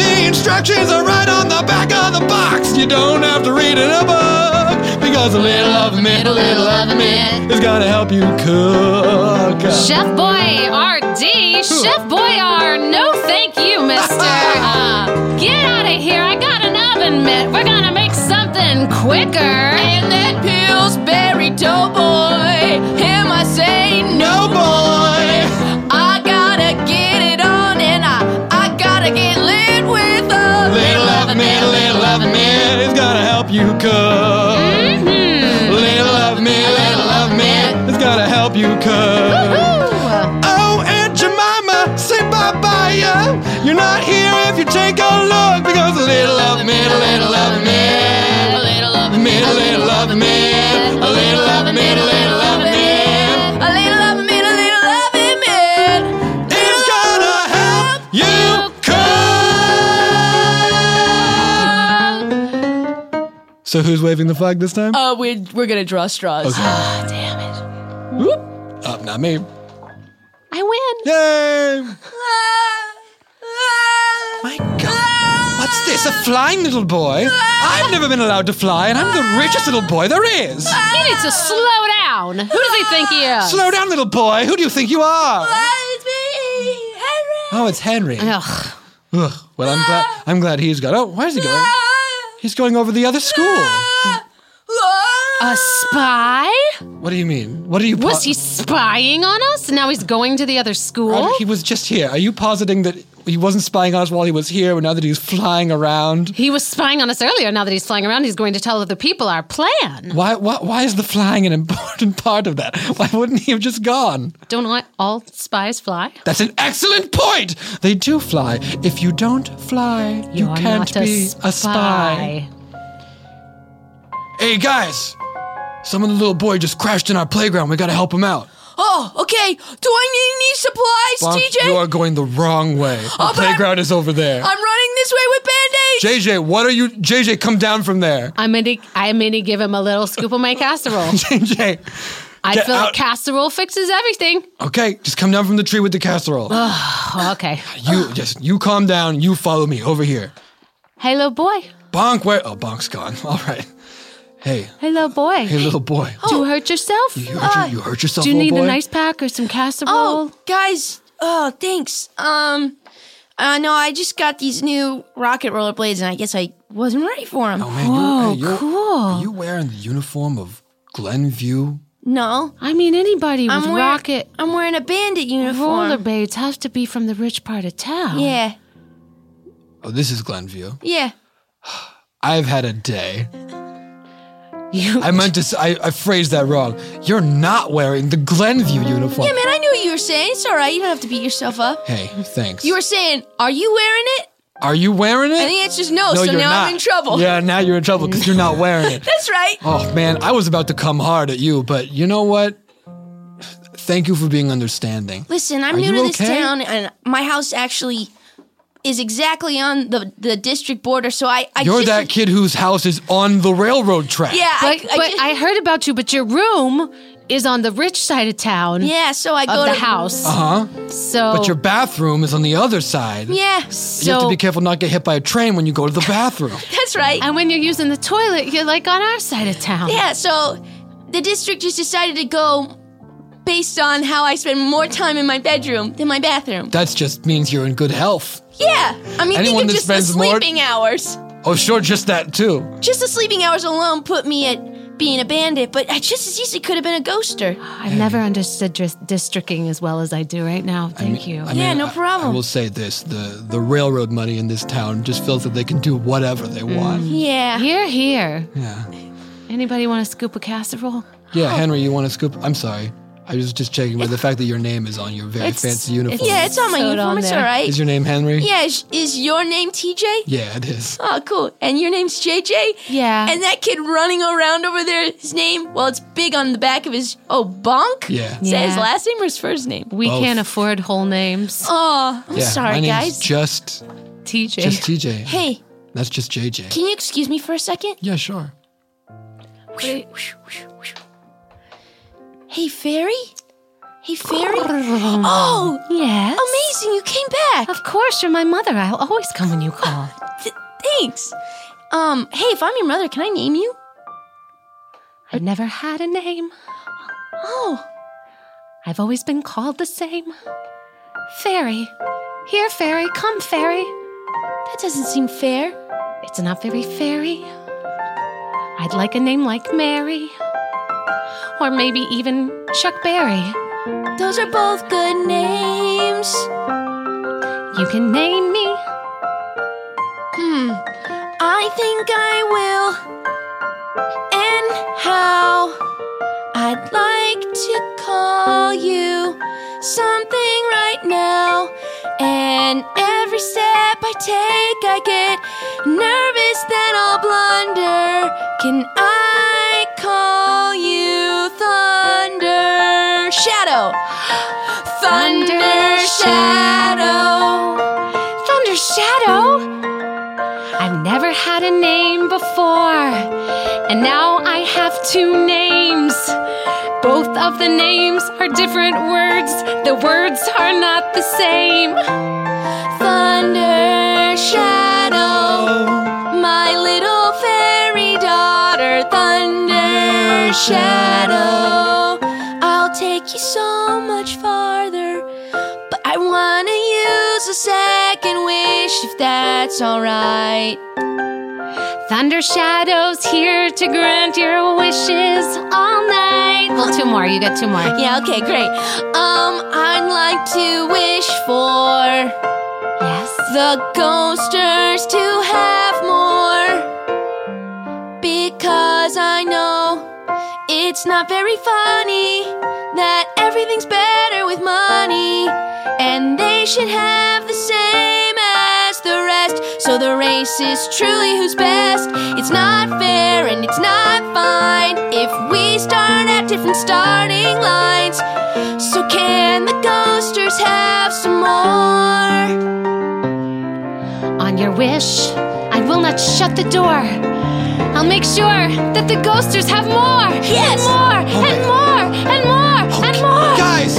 The instructions are right on the back of the box. You don't have to read it a book because a little oven mitt, a little oven mitt, is gonna help you cook. Chef Boy RD, Chef Boyard, no thank you, mister. Uh, get out of here. I got an oven mitt. We're gonna make something quicker. And that Pillsbury Doughboy, him I say no boy. I gotta get it on and I, I gotta get lit with a Little oven mitt, little oven mitt is gonna help you cook. Hmm. Little oven mitt, little oven mitt is gonna help you cook. Oh, Aunt Jemima, say bye bye, yeah. You're not here if you take a look because a little oven mitt, a little oven mitt, a little oven mitt, a little oven mitt, a little oven mitt, a little oven mitt. A little love me, a little love me, It's gonna help you cook. So who's waving the flag this time? Uh, we we're gonna draw straws. Okay. Ah, damn it. Up, Uh, not me. I win. Yay! My God, what's this? A flying little boy? I've never been allowed to fly, and I'm the richest little boy there is. He needs to slow down. Who does he think he is? Slow down, little boy. Who do you think you are? Oh, it's Henry. Ah. Ugh. Ugh. Well, I'm glad. I'm glad he's got. Oh, where's he going? He's going over the other school. A spy? What do you mean? What are you? Was he spying on us? Now he's going to the other school? Roger, Oh, he was just here. Are you positing that he wasn't spying on us while he was here, and now that he's flying around? He was spying on us earlier. Now that he's flying around, he's going to tell other people our plan. Why, why, why is the flying an important part of that? Why wouldn't he have just gone? Don't I, all spies fly? That's an excellent point! They do fly. If you don't fly, you You're can't not a be a spy. Hey guys! Some of the little boy just crashed in our playground. We gotta help him out. Oh, okay. Do I need Bonk, any supplies, you TJ? are going the wrong way. The Oh, but I'm- playground is over there. I'm running this way with band-aids. JJ, what are you? JJ, come down from there. I'm gonna, I'm gonna give him a little scoop of my casserole. JJ, I get feel out. like casserole fixes everything. Okay, just come down from the tree with the casserole. Ugh, okay. You just you calm down. You follow me over here. Hey, little boy. Bonk, where? Oh, Bonk's gone. All right. Hey, Hey, little boy. hey, little boy. Do you hurt yourself? You hurt, your- you hurt yourself, Oh, uh, Do you little need boy. a nice pack or some casserole? Oh, guys. Oh, thanks. Um, uh, no, I just got these new rocket roller blades, and I guess I wasn't ready for them. Oh man, you, hey, you're, Are you wearing the uniform of Glenview? No, I mean anybody I'm with wearing, rocket- I'm wearing a bandit uniform. Rollerblades have to be from the rich part of town. Yeah, Oh, this is Glenview. yeah. I've had a day. I meant to. s- I, I phrased that wrong. You're not wearing the Glenview uniform. Yeah, man, I knew what you were saying. It's all right. You don't have to beat yourself up. Hey, thanks. You were saying, are you wearing it? Are you wearing it? And the answer's no, so you're now I'm not. in trouble. Yeah, now you're in trouble because you're not wearing it. That's right. Oh man, I was about to come hard at you, but you know what? Thank you for being understanding. Listen, I'm Are new you to this okay? town, and my house actually is exactly on the, the district border, so I, I You're just. that kid whose house is on the railroad track. Yeah, but, I- I, but I, heard about you. But your room is on the rich side of town. Yeah, so I of go the to- house. Uh huh. So, But your bathroom is on the other side. yeah, You have to so- be careful not to get hit by a train when you go to the bathroom. that's right. and when you're using the toilet, you're like on our side of town. Yeah, so the district just decided to go based on how I spend more time in my bedroom than my bathroom. that just means you're in good health. Yeah, I mean, Anyone think that of just the spends more- sleeping hours. Oh, sure, just that too. Just the sleeping hours alone put me at being a bandit, but I just as easily could have been a ghoster. I've never understood dris- districting as well as I do right now. Thank you. I Yeah, mean, no I- I, problem. will say this: the the railroad money in this town just feels that they can do whatever they want. Mm. Yeah. Here, here. Yeah. Anybody want to scoop a casserole? Yeah, Henry, you want to scoop? I'm sorry. I was just checking with the fact that your name is on your very It's- fancy uniform. Yeah, it's on my Sewed uniform. on it's there. all right. Is your name Henry? yeah, is, is your name TJ? Yeah, it is. Oh, cool. And your name's JJ? Yeah. And that kid running around over there, his name, well, it's big on the back of his, oh, Bonk? Yeah. Is that his Yeah. last name or his first name? We Both. can't afford whole names. Oh, I'm yeah, my sorry, name's guys. Just, TJ. just TJ. hey, That's just JJ. can you excuse me for a second? yeah, sure. Wait. Hey, Fairy? Hey, Fairy? oh, Yes. amazing, you came back. Of course, you're my mother. I'll always come when you call. Th- thanks. Um, hey, if I'm your mother, can I name you? I never had a name. Oh, I've always been called the same. Fairy. Here, fairy. Come, fairy. that doesn't seem fair. It's not very fairy. I'd like a name like Mary. Or maybe even Chuck Berry. Those are both good names. You can name me. Hmm. I think I will. And how I'd like to call you something right now. And every step I take, I get nervous that I'll blunder. Can I call you Thunder Shadow? Thunder Shadow. Thunder Shadow? I've never had a name before, and now I have two names. Both of the names are different words, the words are not the same. Thunder Shadow, my little fairy daughter, Thunder Shadow. I'll take you so much farther, but I wanna use a second wish if that's alright. Thunder Shadow's here to grant your wishes all night. Well, two more. You got two more. Yeah, okay, great. Um, I'd like to wish for. Yes? The ghosters to have more. Because I know it's not very funny that everything's better with money. And they should have the same as the rest. So the race is truly who's best. It's not fair and it's not fine if we start at different starting lines. So can the ghosters have some more? On your wish, I will not shut the door. I'll make sure that the ghosters have more. Yes. more and more and more and more. Guys,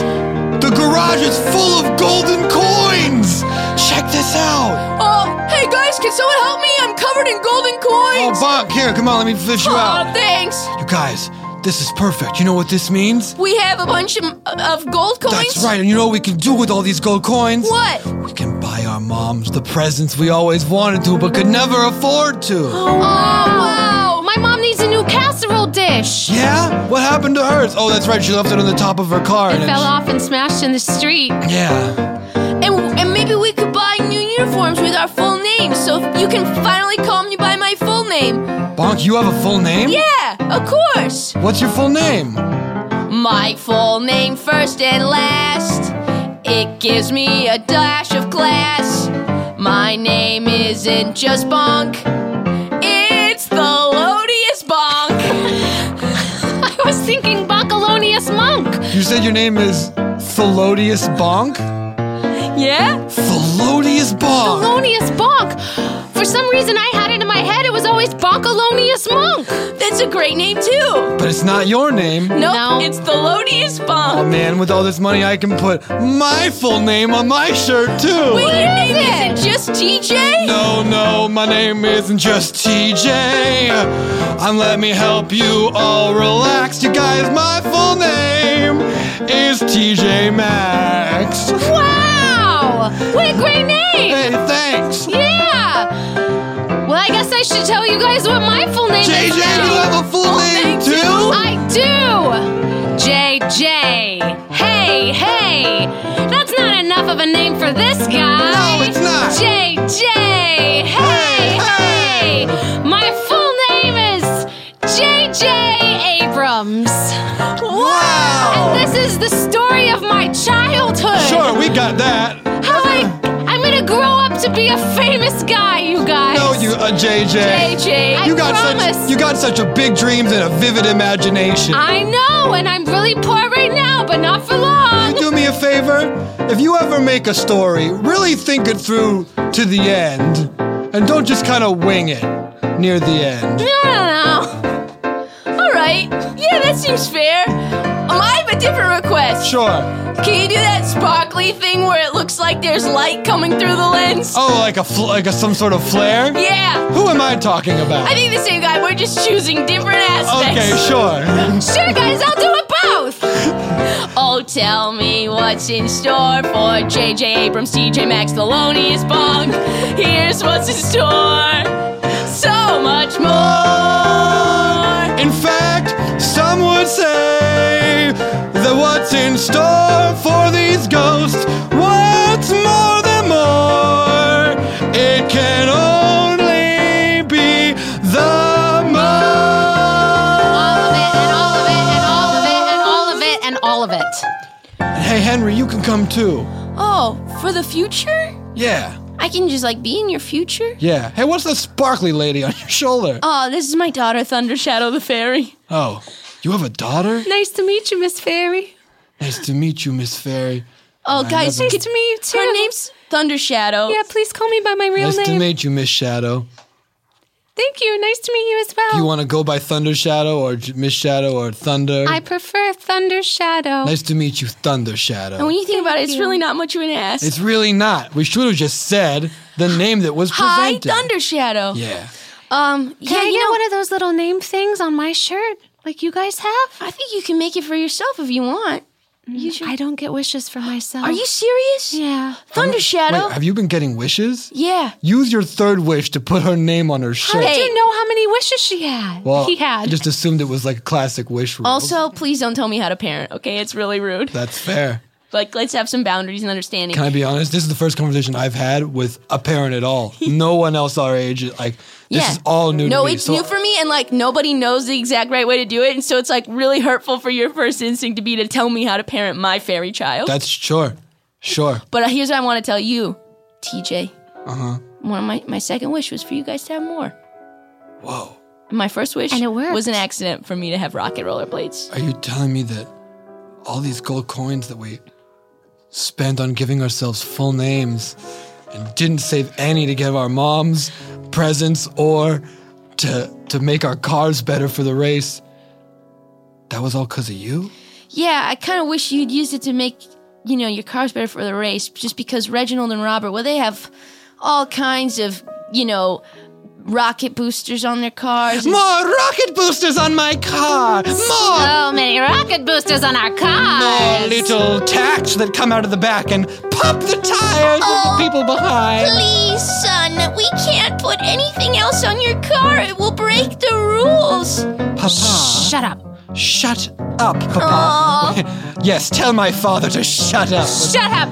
the garage is full of golden coins. Check this out. Oh, hey guys, can someone help me? I'm covered in golden Oh, coins. Bonk, here, come on, let me fish you Aw, out. thanks. You guys, this is perfect. You know what this means? We have a bunch of, of gold coins. That's right, and you know what we can do with all these gold coins? What? We can buy our moms the presents we always wanted to but could never afford to. Oh, wow. My mom needs a new casserole dish. Yeah? What happened to hers? Oh, that's right, she left it on the top of her car. It and fell off and smashed in the street. Yeah. And, and maybe we could buy new uniforms with our full names so you can finally call me by my full name. Bonk, you have a full name? Yeah, of course. What's your full name? My full name first and last. It gives me a dash of class. My name isn't just Bonk. It's the Lodious Bonk. I was thinking Bacalonius Monk. You said your name is Thelodious Bonk? Yeah? Thelodious Bonk! Bacalonius Bonk. For some reason, I had it in my head. It was always Bacalonius Monk. That's a great name too. But it's not your name. Nope, it's the Lodious Oh Bonk. man, with all this money, I can put my full name on my shirt too. Wait, your name isn't just TJ? No, no, my name isn't just TJ. I'm let me help you all relax. You guys, my full name is TJ Maxx. Wow! What a great name! Hey, thanks. Yeah! Well, I guess I should tell you guys what my full name JJ, is. you now. have a full name too? I do! JJ. Hey, hey! That's not enough of a name for this guy. No, it's not. JJ. Hey, Hey, hey! My full name is JJ Abrams. Wow. And this is the story of my childhood. Sure, we got that. How I, I'm gonna grow up to be a famous guy, you guys. No, you, uh, JJ. JJ. You I got promise. such you got such a big dreams and a vivid imagination. I know, and I'm really poor right now, but not for You long. do me a favor? If you ever make a story, really think it through to the end. And don't just kind of wing it near the end. No, no, no. Alright. Yeah, that seems fair. Um, I have a different request. Sure. Can you do that sparkly thing where it looks like there's light coming through the lens? Oh, like a fl- like a some sort of flare? Yeah. Who am I talking about? I think the same guy. We're just choosing different okay, aspects. sure. Sure, guys, I'll do it both. oh, tell me what's in store for JJ Abrams, TJ Maxx, Thelonious Bong. Here's what's in store. So much more. In fact, some would say that what's in store for these ghosts, what's more than more, it can only be the most. All of it, and all of it, and all of it, and all of it. Hey, Henry, you can come too. Oh, for the future? Yeah, I can just like be in your future? yeah. Hey, what's that sparkly lady on your shoulder? Oh, this is my daughter, Thundershadow the Fairy. Oh, you have a daughter? Nice to meet you, Miss Fairy. Nice to meet you, Miss Fairy. Oh, guys, never- could- me you her name's Thundershadow. please call me by my real Nice to meet you, Miss Shadow. Thank you. Nice to meet you as well. You want to go by Thunder Shadow or J- Miss Shadow or Thunder? I prefer Thunder Shadow. nice to meet you, Thunder Shadow. And when you think about it, it's really not much of an ass. It's really not. We should have just said the name that was Hi, presented. Thunder Shadow. Yeah. Um, Can yeah, I you get know, one of those little name things on my shirt, like you guys have? I think you can make it for yourself if you want. You should. I don't get wishes for myself. Are you serious? Oh. Yeah. Thunder Shadow. Wait, have you been getting wishes? yeah. Use your third wish to put her name on her How shirt. did you know how many wishes she had? Well, he had. I just assumed it was like a classic wish rule. Also, please don't tell me how to parent. Okay, it's really rude. That's fair. Like, let's have some boundaries and understanding. Can I be honest? This is the first conversation I've had with a parent at all. No one else our age. Like this Yeah. is all new. no, to me. it's So new for me, and like nobody knows the exact right way to do it, and so it's like really hurtful for your first instinct to be to tell me how to parent my fairy child. That's sure, sure. but uh, here's what I want to tell you, TJ. Uh huh. One of my my second wish was for you guys to have more. Whoa. My first wish And it worked. was an accident for me to have rocket rollerblades. Are you telling me that all these gold coins that we spent on giving ourselves full names and didn't save any to give our moms presents or to to make our cars better for the race? That was all because of you. Yeah, I kind of wish you'd used it to make, you know, your cars better for the race, just because Reginald and Robert, well, they have all kinds of, you know, rocket boosters on their cars. and- More rocket boosters on my car. More. So many rocket boosters on our More cars. little tacks that come out of the back and pop the tires of the people behind. Please, son, we can't put anything else on your car. It will break the rules. Papa, Shut up. shut up, Papa. yes, tell my father to shut up. Shut up.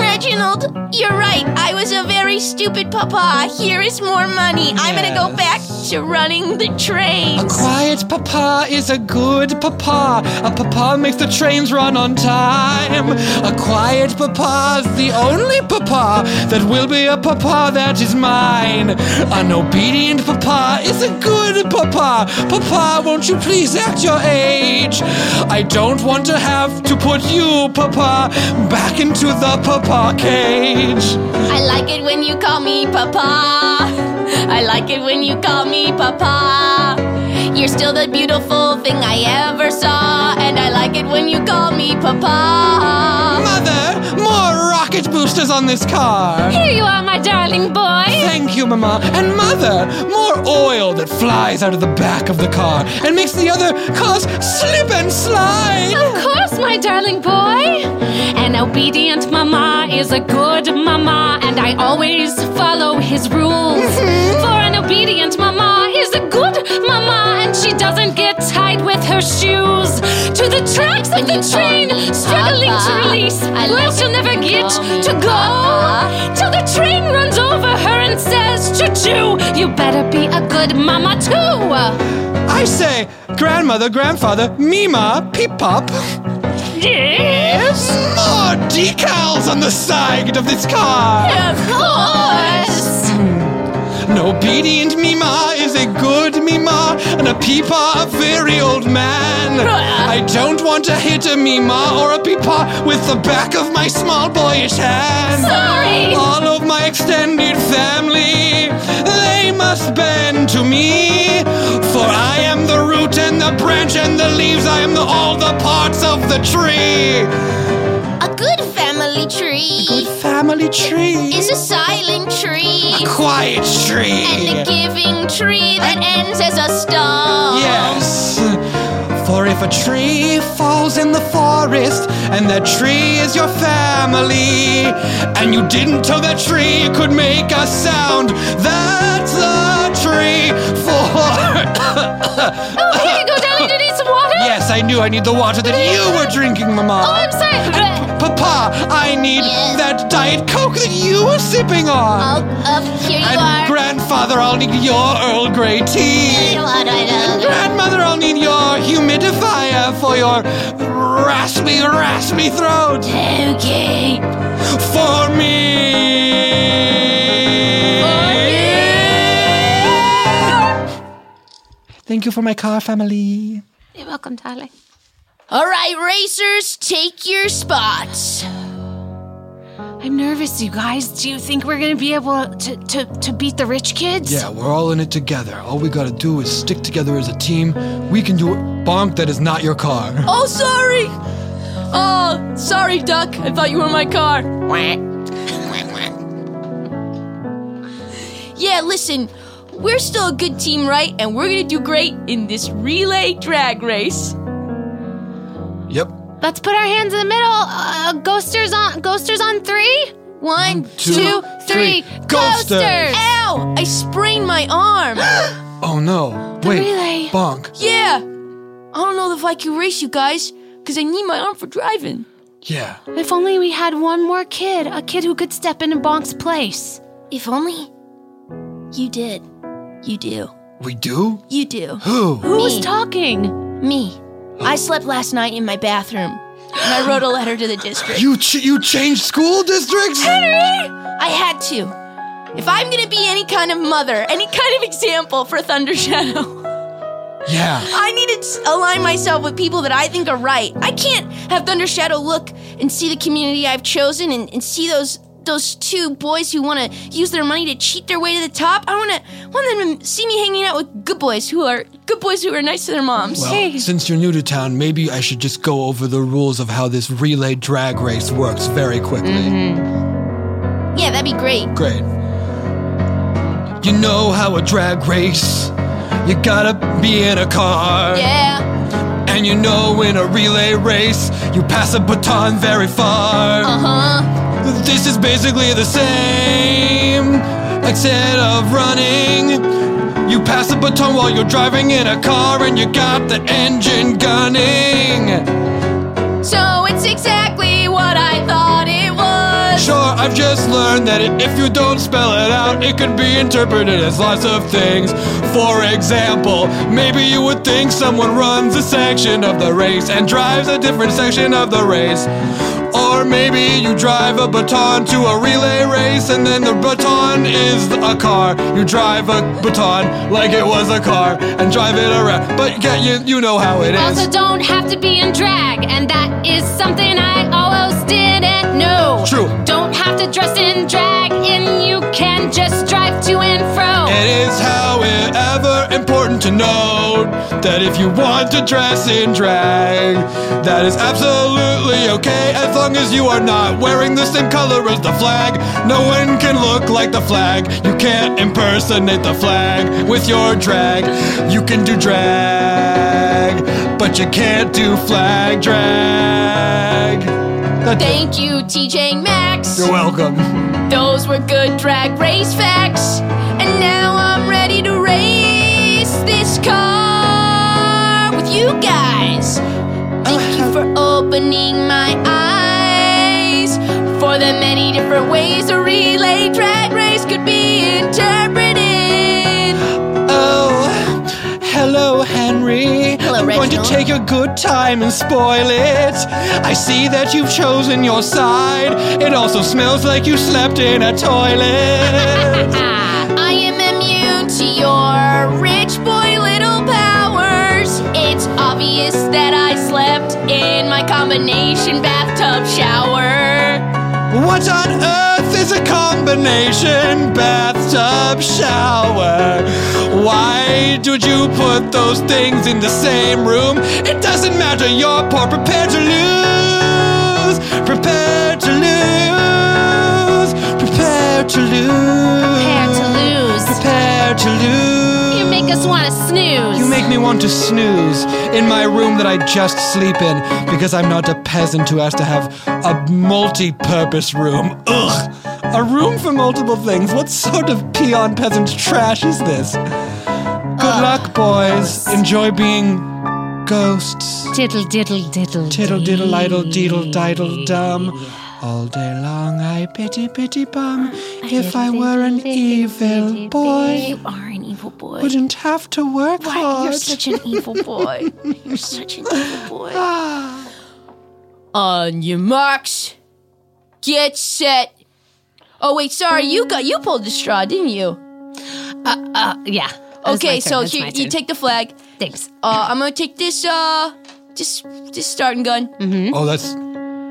Reginald, you're right. I was a very stupid papa. Here is more money. I'm going to go back to running the A trains. quiet papa is a good papa. A papa makes the trains run on time. A quiet papa is the only papa that will be a papa that is mine. An obedient papa is a good papa. Papa, won't you please act your age? I don't want to have to put you, papa, back into the papa cage. I like it when you call me papa. I like it when you call me papa. You're still the beautiful thing I ever saw. And I like it when you call me papa. Mother, more rocket boosters on this car. Here you are, my darling boy. Thank you, Mama. And Mother, more oil that flies out of the back of the car and makes the other cars slip and slide. Of course, my darling boy. An obedient mama is a good mama, and I always follow his rules. Mm-hmm. For an obedient mama is a good mama, and she doesn't get tied with her shoes to the tracks of the train, struggling Papa, to release. I well, like she'll it never when you get call me to go Papa. till the train runs over her and says, "Choo choo, you better be a good mama too." I say, Grandmother, Grandfather, Mima, Peep Pop. Yes? More decals on the side of this car. Of course. An obedient Mima is a good Mima, and a Peepa, a very old man. I don't want to hit a Mima or a Peepa with the back of my small boyish hand. Sorry. All of my extended family, they must bend to me. For I am the root and the branch and the leaves, I am the, all the parts of the tree. A good family tree Good family tree. is a silent tree a quiet tree. and a giving tree that ends as a stump. Yes. For if a tree falls in the forest, and that tree is your family, and you didn't tell that tree it could make a sound, that's a tree for. Oh, here you go, darling. Do you need some water? yes, I knew I need the water that you were drinking, Mama. Oh, I'm sorry. Uh, Papa, I need that Diet Coke that you were sipping on. Up here you and are. Grandfather, I'll need your Earl Grey tea. Grandmother, I'll need your humidifier for your raspy, raspy throat. Okay. For me. Thank you for my car, family. You're welcome, darling. All right, racers, take your spots. I'm nervous, you guys. Do you think we're gonna be able to, to, to beat the rich kids? Yeah, we're all in it together. All we gotta do is stick together as a team. We can do it. Bonk, that is not your car. Oh, sorry. Oh, sorry, Duck. I thought you were my car. Yeah, listen, we're still a good team, right? And we're gonna do great in this relay drag race. Yep. Let's put our hands in the middle. Uh, ghosters on ghosters on three. One, two, two, three. three. Ghosters! Ow! I sprained my arm. Oh no. The Wait. relay. Bonk. yeah. I don't know if I can race you guys, because I need my arm for driving. Yeah. If only we had one more kid, a kid who could step into Bonk's place. If only you did. You do. We do? You do. Who? Who was talking? Me. I slept last night in my bathroom, and I wrote a letter to the district. You ch- you changed school districts? I had to. If I'm gonna be any kind of mother, any kind of example for Thunder Shadow, Yeah. I need to s- align myself with people that I think are right. I can't have Thunder Shadow look and see the community I've chosen and, and see those those two boys who want to use their money to cheat their way to the top. I want to want them to see me hanging out with good boys who are good boys who are nice to their moms. Well, since you're new to town, maybe I should just go over the rules of how this relay drag race works very quickly. Yeah, that'd be great. Great. You know how a drag race, you gotta be in a car. Yeah. And you know in a relay race, you pass a baton very far. Uh-huh. This is basically the same, except of running. You pass a baton while you're driving in a car and you got the engine gunning. So it's exactly what I thought it was. Sure, I've just learned that if you don't spell it out, it could be interpreted as lots of things. For example, maybe you would think someone runs a section of the race and drives a different section of the race. Or maybe you drive a baton to a relay race and then the baton is a car. You drive a baton like it was a car and drive it around. But yeah, you, you know how it is. Also, don't have to be in drag, and that is something I almost didn't know. True. Don't have to dress in drag, and you can just drive to and fro. It is, however, important to note that if you want to dress in drag, that is absolutely okay as long as you are not wearing the same color as the flag. No one can look like the flag. You can't impersonate the flag with your drag. You can do drag, but you can't do flag drag. That's it. Thank you, TJ Maxx. You're welcome. Those were good drag race facts. And now I'm ready to race this car with you guys. Thank you for opening my eyes for the many different ways a relay drag race could be interpreted. Oh, hello, Henry. Hello, I'm going Reginald. to take a good time and spoil it. I see that you've chosen your side. It also smells like you slept in a toilet. Ah, I am immune to your rich boy little powers. It's obvious that I slept in my combination bathtub shower. what on earth is a combination bathtub shower? Why did you put those things in the same room? It doesn't matter, you're poor. Prepare to lose. Prepare to lose. Prepare to lose. Prepare to lose. Prepare to lose. You make us want to snooze. You make me want to snooze in my room that I just sleep in because I'm not a peasant who has to have a multi purpose room. Ugh! A room for multiple things. What sort of peon peasant trash is this? Good luck, boys. Enjoy being ghosts. diddle diddle diddle. Tiddle diddle idle deedle diddle dum. All day long I pity pity bum. If I were an evil boy, You are an evil boy. wouldn't have to work hard. You're such an evil boy. You're such an evil boy. On your marks, get set. Oh wait, sorry, you got you pulled the straw, didn't you? Uh, yeah. That's my Okay, turn, so that's here my you turn. take the flag. Thanks. Uh, I'm gonna take this uh, this this starting gun. Oh, that's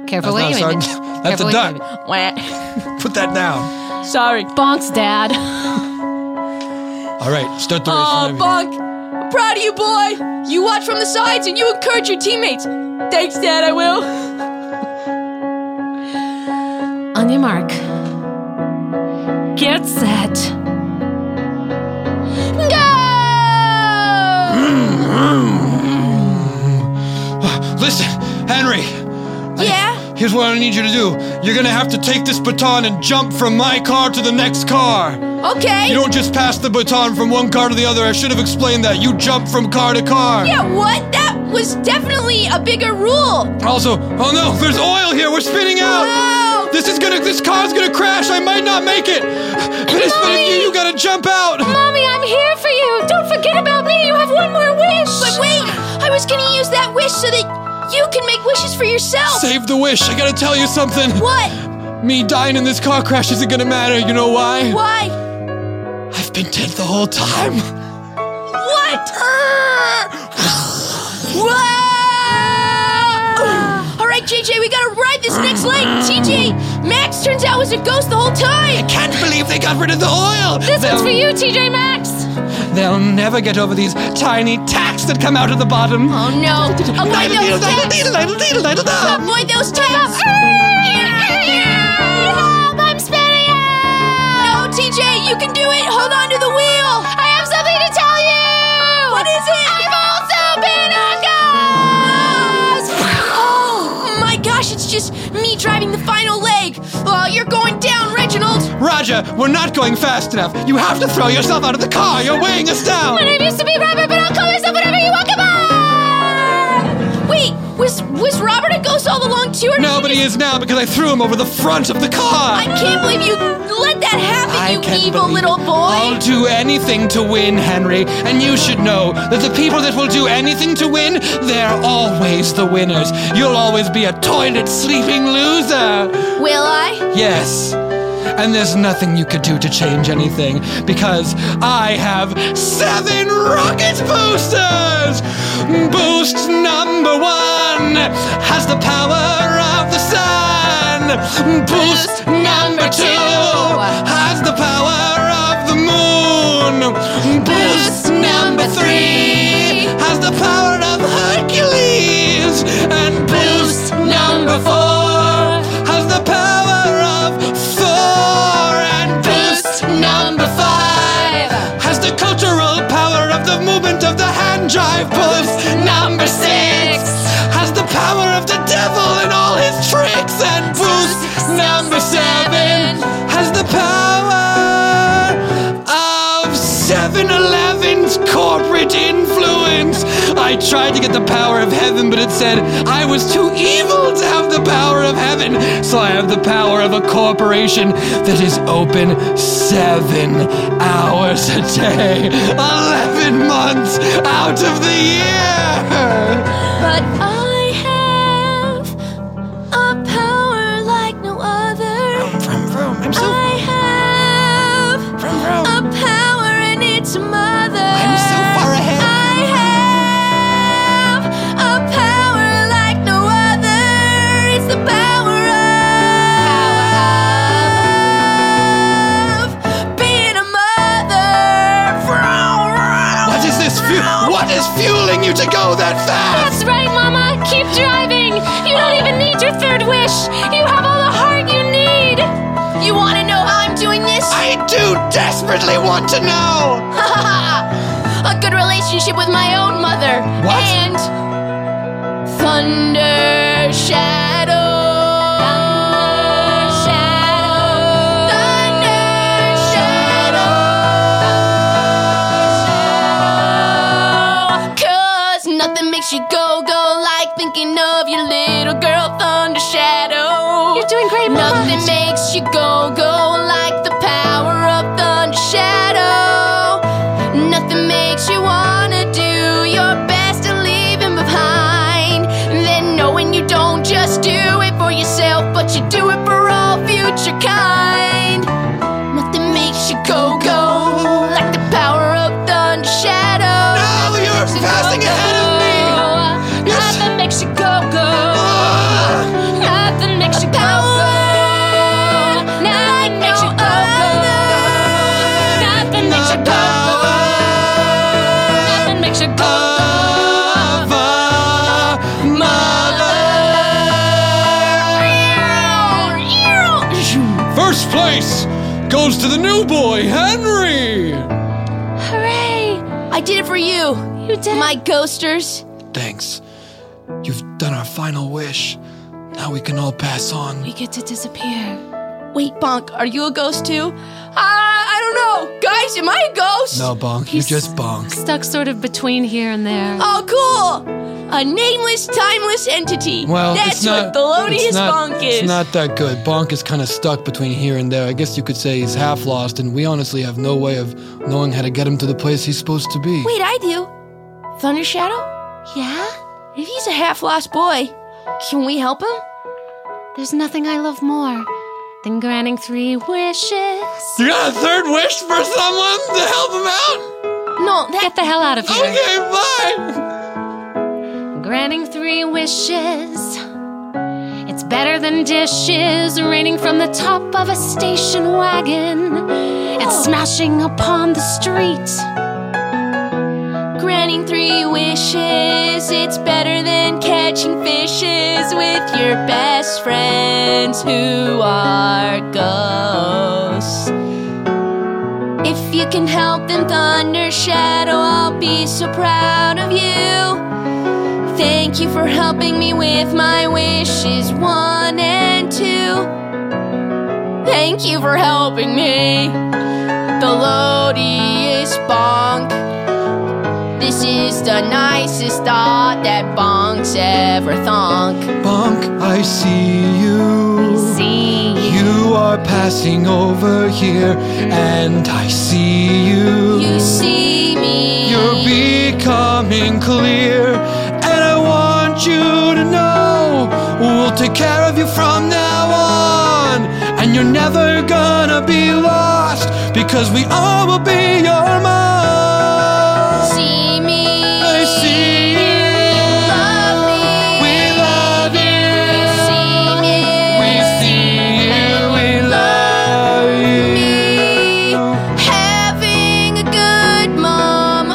Carefully. That's not- wait a sorry. minute. That's a Carefully, duck. wait a minute. Put that down. Sorry. Bonks, Dad. All right, start the race. Oh, Aw, whenever you- Bonk. I'm proud of you, boy. You watch from the sides and you encourage your teammates. Thanks, Dad, I will. On your mark. Get set. Listen, Henry. Yeah? here's what I need you to do. You're gonna have to take this baton and jump from my car to the next car. Okay. You don't just pass the baton from one car to the other. I should have explained that. You jump from car to car. Yeah, what? That was definitely a bigger rule. Also, oh no, there's oil here. We're spinning out. This is gonna, this car's gonna crash. I might not make it. But it's but you, you gotta jump out. Mommy, I'm here for you. Don't forget about me. You have one more wish. But wait, I was gonna use that wish so that you can make wishes for yourself. Save the wish. I gotta tell you something. What? Me dying in this car crash isn't gonna matter. You know why? Why? I've been dead the whole time. What? Whoa! All right, JJ, we gotta ride this next leg. TJ, Max turns out was a ghost the whole time. I can't believe they got rid of the oil. This one's They'll- for you, TJ Maxx. They'll never get over these tiny tacks that come out of the bottom. Oh no! Avoid those tacks. Avoid those tacks. Help! I'm spinning out. No, TJ, you can do it. Hold on to the wheel. I have something to tell you. What is it? I've also been a ghost. Oh my gosh, it's just me driving the final leg. Oh, you're going down, Reginald. Roger, we're not going fast enough. You have to throw yourself out of the car. You're weighing us My down. name used to be Robert, but I'll call myself whatever you want. Come on. Wait, was was Robert a ghost all along too? Or No, but he is now because I threw him over the front of the car. I can't believe you let that happen, you evil little boy. I'll do anything to win, Henry. And you should know that the people that will do anything to win, they're always the winners. You'll always be a toilet sleeping loser. Will I? Yes. And there's nothing you could do to change anything because I have seven rocket boosters! Boost number one has the power of the sun! Boost number two has the power of the moon! Boost number three has the power of Hercules! And boost number four has the power of Thor! And boost number five has the cultural power of the movement of the hand drive! Boost number six has the power of the devil and all his tricks! And boost number seven has the power of 7 Eleven's corporate influence. I tried to get the power of heaven, but it said I was too evil to have the power of heaven. So I have the power of a corporation that is open seven hours a day, 11 months out of the year. But I have a power like no other. I'm so. I have a power and its mother. I'm so far ahead. I have a power like no other. It's the power of, being a mother. What is this? Fu- what is fueling you to go that fast? That's right, Mama. Keep driving. You don't even need your third wish. You have all the heart you need. You want to know how I'm doing this? I do desperately want to know. a good relationship with my own mother. What? And thunder shadow. Thunder shadow. Thunder shadow. Cause nothing makes you go go like thinking of your little girl thunder shadow. You're doing great, Mama. Nothing makes you go go like the power of thunder shadow. Nothing makes you wanna do your best and leave him behind. Then knowing you don't just do it for yourself, but you do it for all future kind. Nothing makes you go go like the power of thunder shadow. No, you're passing ahead of me. uh, Nothing makes you go go. Nothing first place goes to the new boy, Henry! Hooray! I did it for you. You did My ghosters. Thanks. You've done our final wish. Now we can all pass on. We get to disappear. Wait, Bonk, are you a ghost too? Uh, I don't know. Guys, am I a ghost? No, Bonk, He's- you're just Bonk. Stuck sort of between here and there. Oh, cool! A nameless, timeless entity. Well, That's it's not, what Thelonious it's not- Bonk It's is. not that good. Bonk is kind of stuck between here and there. I guess you could say he's half lost, and we honestly have no way of knowing how to get him to the place he's supposed to be. Wait, I do. Thunder Shadow? Yeah? If he's a half lost boy, can we help him? There's nothing I love more than granting three wishes. You got a third wish for someone to help him out? No, get the hell out of here. Okay, bye. Granting three wishes. It's better than dishes raining from the top of a station wagon. It's smashing upon the street. Granting three wishes, it's better than catching fishes with your best friends who are ghosts. If you can help them, Thunder Shadow, I'll be so proud of you. Thank you for helping me with my wishes one and two. Thank you for helping me, Thelodious Bonk. This is the nicest thought that Bonk's ever thunk. Bonk, I see you. see you. are passing over here, and I see you. You see me. You're becoming clear, and I want you to know we'll take care of you from now on, and you're never gonna be lost because we all will be your mom. See me. I see you. Love me. We love you. See me. We see you. We love you. Having a good mom.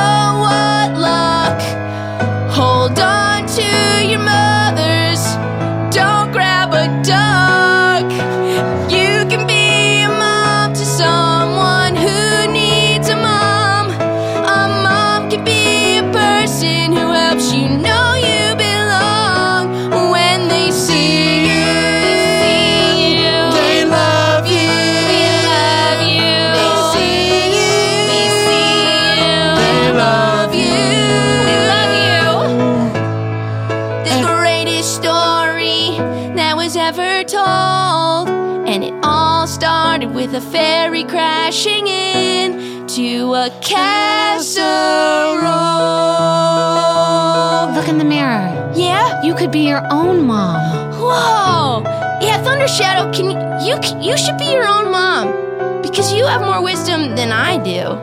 Oh, what luck. Hold on to your mothers. Don't grab a duck. You can be a mom to someone who needs a mom. A mom can be a person who helps you know you belong. When they see you, they love you. They love you. They see you. They see you. They love you. They love you. The greatest story that was ever told. And it all started with a fairy crashing in to a casserole. Look in the mirror. Yeah? You could be your own mom. Whoa! Yeah, Thunder Shadow, can you, you c- you should be your own mom because you have more wisdom than I do.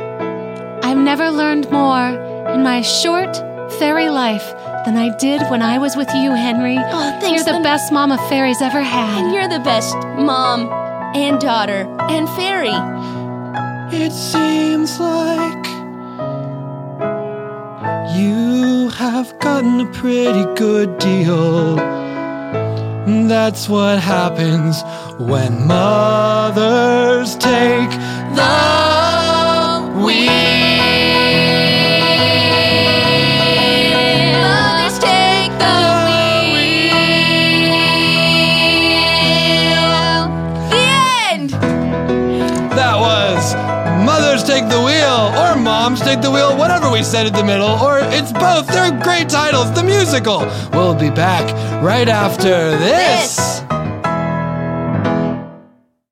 I've never learned more in my short fairy life than I did when I was with you, Henry. Oh, thanks, You're the Lynn. best mama fairies ever had. And you're the best mom and daughter and fairy. It seems like you have gotten a pretty good deal. That's what happens when mothers take the wheel. Mothers take the wheel. The end. That was Mothers Take the Wheel or Moms Take the Wheel, whatever we said in the middle, or it's both. They're great titles. The musical. We'll be back right after this.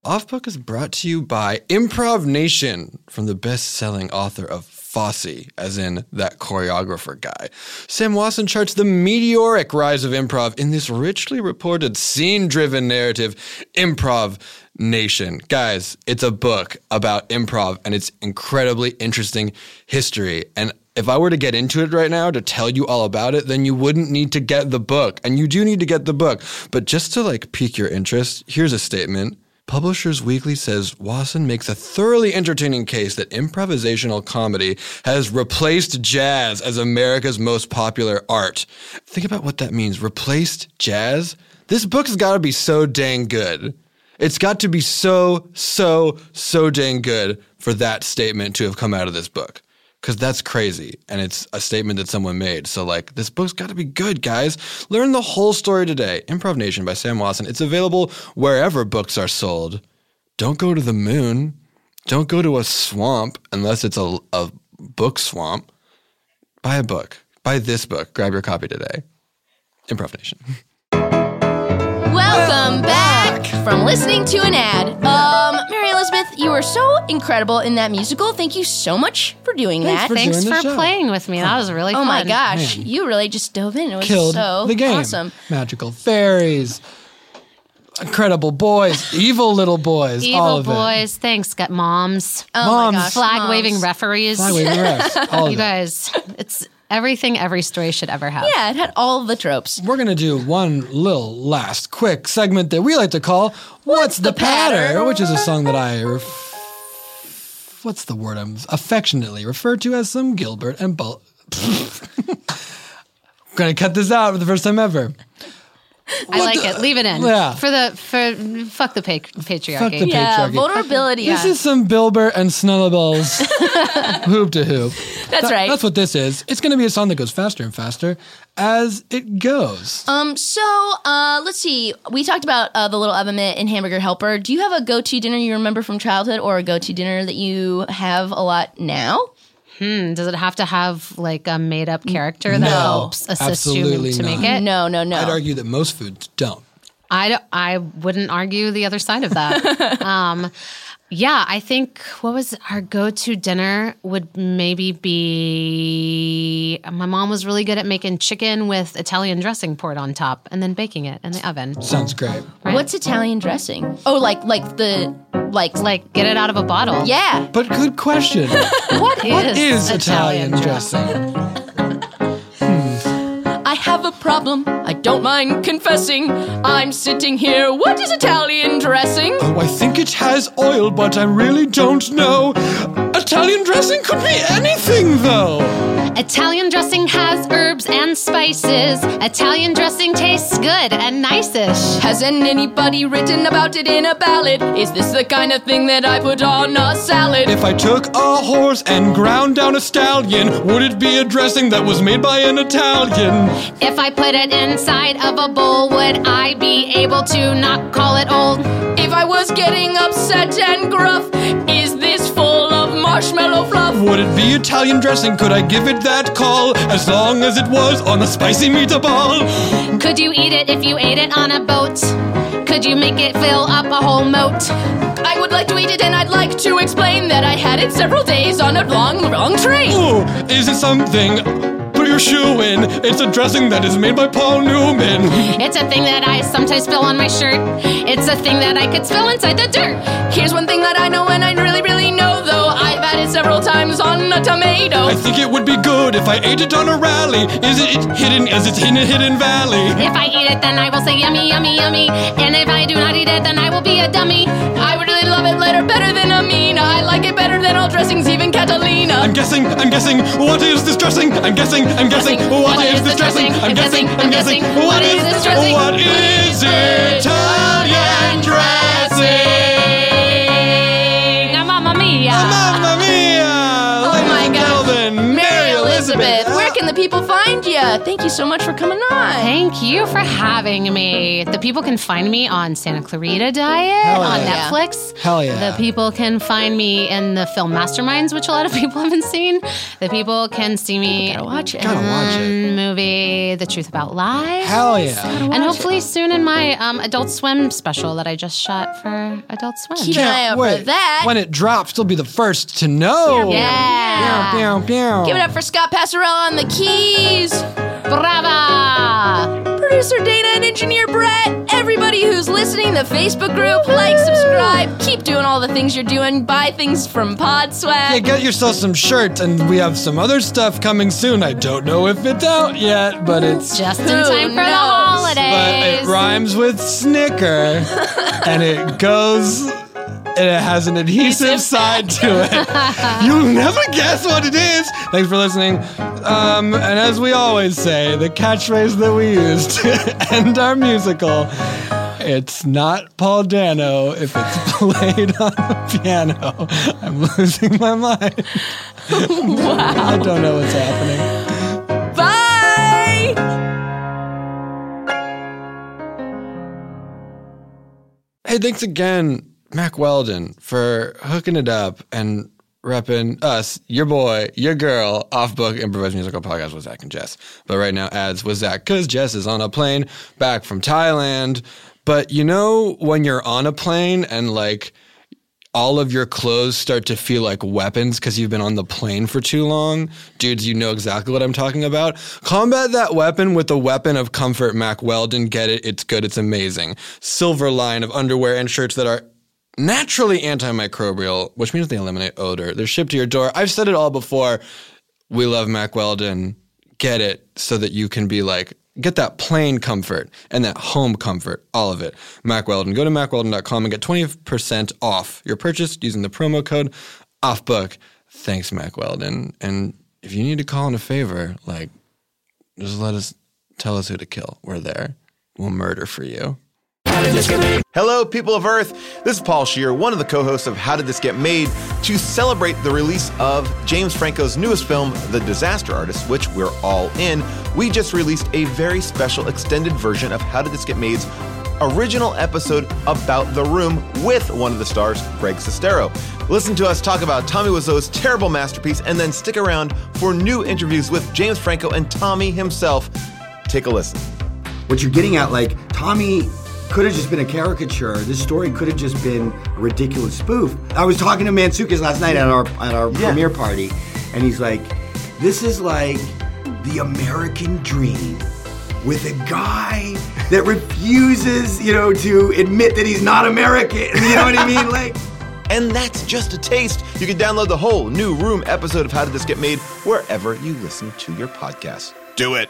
Off Book is brought to you by Improv Nation from the best selling author of Fosse, as in that choreographer guy. Sam Wasson charts the meteoric rise of improv in this richly reported, scene driven narrative, Improv Nation. Guys, it's a book about improv and its incredibly interesting history. And if I were to get into it right now to tell you all about it, then you wouldn't need to get the book. And you do need to get the book. But just to like pique your interest, here's a statement. Publishers Weekly says Wasson makes a thoroughly entertaining case that improvisational comedy has replaced jazz as America's most popular art. Think about what that means. Replaced jazz? This book's gotta be so dang good. It's got to be so, so, so dang good for that statement to have come out of this book. Because that's crazy. And it's a statement that someone made. So, like, this book's got to be good, guys. Learn the whole story today. Improv Nation by Sam Watson. It's available wherever books are sold. Don't go to the moon. Don't go to a swamp unless it's a, a book swamp. Buy a book. Buy this book. Grab your copy today. Improv Nation. Welcome back from listening to an ad. Um, Mary Elizabeth, you were so incredible in that musical. Thank you so much for doing Thanks that. for Thanks doing the for show. playing with me. That was really Oh my fun. gosh, Man. you really just dove in. It was Killed so the game. awesome. Magical fairies, incredible boys, evil little boys, Evil all of it. boys, thanks. Got moms, Oh my Moms. gosh, flag moms. waving referees, Flag waving refs, all of you it. guys, it's everything every story should ever have. Yeah, it had all the tropes. We're gonna do one little last quick segment that we like to call "What's, the, patter? which is a song that I ref- what's the word I'm affectionately referred to as some Gilbert and Bul. I'm gonna cut this out for the first time ever. I like it. Leave it in. Yeah. For the for fuck the pa- patriarchy. Fuck the patriarchy. This Yeah. is some Bilbert and Snullabells hoop to hoop. That's right. That's what this is. It's going to be a song that goes faster and faster as it goes. Um, so uh, let's see. We talked about uh, the little oven mitt and hamburger helper. Do you have a go-to dinner you remember from childhood, or a go-to dinner that you have a lot now? Hmm. Does it have to have like a made up character that No, helps assist you absolutely to make not. it? No, no, no. Eh, I'd argue that most foods don't. I, don't- I wouldn't argue the other side of that. um, yeah, I think what was our go to dinner would maybe be my mom was really good at making chicken with Italian dressing poured on top and then baking it in the oven. Sounds great. What's Italian dressing? Oh, like like the like like get it out of a bottle. Yeah. But good question. What what is is Italian, dressing? I have a problem. I don't mind confessing. I'm sitting here. What is Italian dressing? Oh, I think it has oil, but I really don't know. Italian dressing could be anything, though. Italian dressing has herbs and spices. Italian dressing tastes good and nice-ish. Hasn't anybody written about it in a ballad? Is this the kind of thing that I put on a salad? If I took a horse and ground down a stallion, would it be a dressing that was made by an Italian? If I put it inside of a bowl, would I be able to not call it old? If I was getting upset and gruff, is this full of marshmallow fluff? Would it be Italian dressing? Could I give it that call? As long as it was on a spicy meatball. Could you eat it if you ate it on a boat? Could you make it fill up a whole moat? I would like to eat it and I'd like to explain that I had it several days on a long, long train. Ooh, Oh, is it something? Put your shoe in. It's a dressing that is made by Paul Newman. It's a thing that I sometimes spill on my shirt. It's a thing that I could spill inside the dirt. Here's one thing that I know and I really, really know though. I've had it several times on a tomato. I think it would be good if I ate it on a rally. Is it hidden as it's in a hidden valley? If I eat it, then I will say yummy, yummy, yummy. And if I do not eat it, then I will be a dummy. I would really love it later, better than Amina. I like it better than all dressings, even Catalina. I'm guessing, I'm guessing, what is this dressing? I'm guessing, I'm guessing, what is this dressing? I'm guessing, I'm guessing, what is this dressing? What is Italian dressing? Mamma mia. Mamma mia! Oh my God. Kelvin, Mary Elizabeth. Where can the people find you? Thank you so much for coming on. Thank you for having me. The people can find me on Santa Clarita Diet Hell on yeah. Netflix. Hell yeah. The people can find me in the film Masterminds, which a lot of people haven't seen. The people can see me gotta watch it. Gotta watch it. movie The Truth About Lies. Hell yeah. and hopefully soon in my um, Adult Swim special that I just shot for Adult Swim. Keep an eye out for Wait, that. when it drops, they'll be the first to know. Yeah. Pew, pew, pew. Give it up for Scott Passarella on the keys. Brava! Producer Dana and engineer Brett. Everybody who's listening, the Facebook group, like, subscribe, keep doing all the things you're doing. Buy things from Pod Yeah, Swag. get yourself some shirts, and we have some other stuff coming soon. I don't know if it's out yet, but it's Just in Who time knows? for the but holidays. it rhymes with snicker, and it goes and it has an adhesive side to it. You'll never guess what it is. Thanks for listening. Um, and as we always say, the catchphrase that we use to end our musical It's not Paul Dano if it's played on the piano. I'm losing my mind. wow. I don't know what's happening. Bye! Hey, thanks again, Mac Weldon, for hooking it up and repping us, your boy, your girl, off book improvised musical podcast with Zach and Jess. But right now, ads with Zach, because Jess is on a plane back from Thailand. But you know, when you're on a plane and like all of your clothes start to feel like weapons because you've been on the plane for too long, dudes, you know exactly what I'm talking about. Combat that weapon with the weapon of comfort, Mac Weldon. Get it? It's good. It's amazing. Silver line of underwear and shirts that are naturally antimicrobial, which means they eliminate odor. They're shipped to your door. I've said it all before. We love Mac Weldon. Get it so that you can be like, get that plain comfort and that home comfort, all of it. Mac Weldon. Go to macweldon.com and get 20% off your purchase using the promo code OFFBOOK. Thanks, Mac Weldon. And if you need to call in a favor, like, just let us tell us who to kill. We're there. We'll murder for you. Hello, people of Earth. This is Paul Shear, one of the co hosts of How Did This Get Made, to celebrate the release of James Franco's newest film, The Disaster Artist, which we're all in. We just released a very special extended version of How Did This Get Made's original episode about The Room with one of the stars, Greg Sestero. Listen to us talk about Tommy Wiseau's terrible masterpiece and then stick around for new interviews with James Franco and Tommy himself. Take a listen. What you're getting at, like, Tommy could have just been a caricature. This story could have just been a ridiculous spoof. I was talking to Mansukas last night at our at our premiere party, and he's like, "This is like the American dream." With a guy that refuses, you know, to admit that he's not American. You know what I mean? Like, and that's just a taste. You can download the whole new room episode of How Did This Get Made wherever you listen to your podcast. Do it.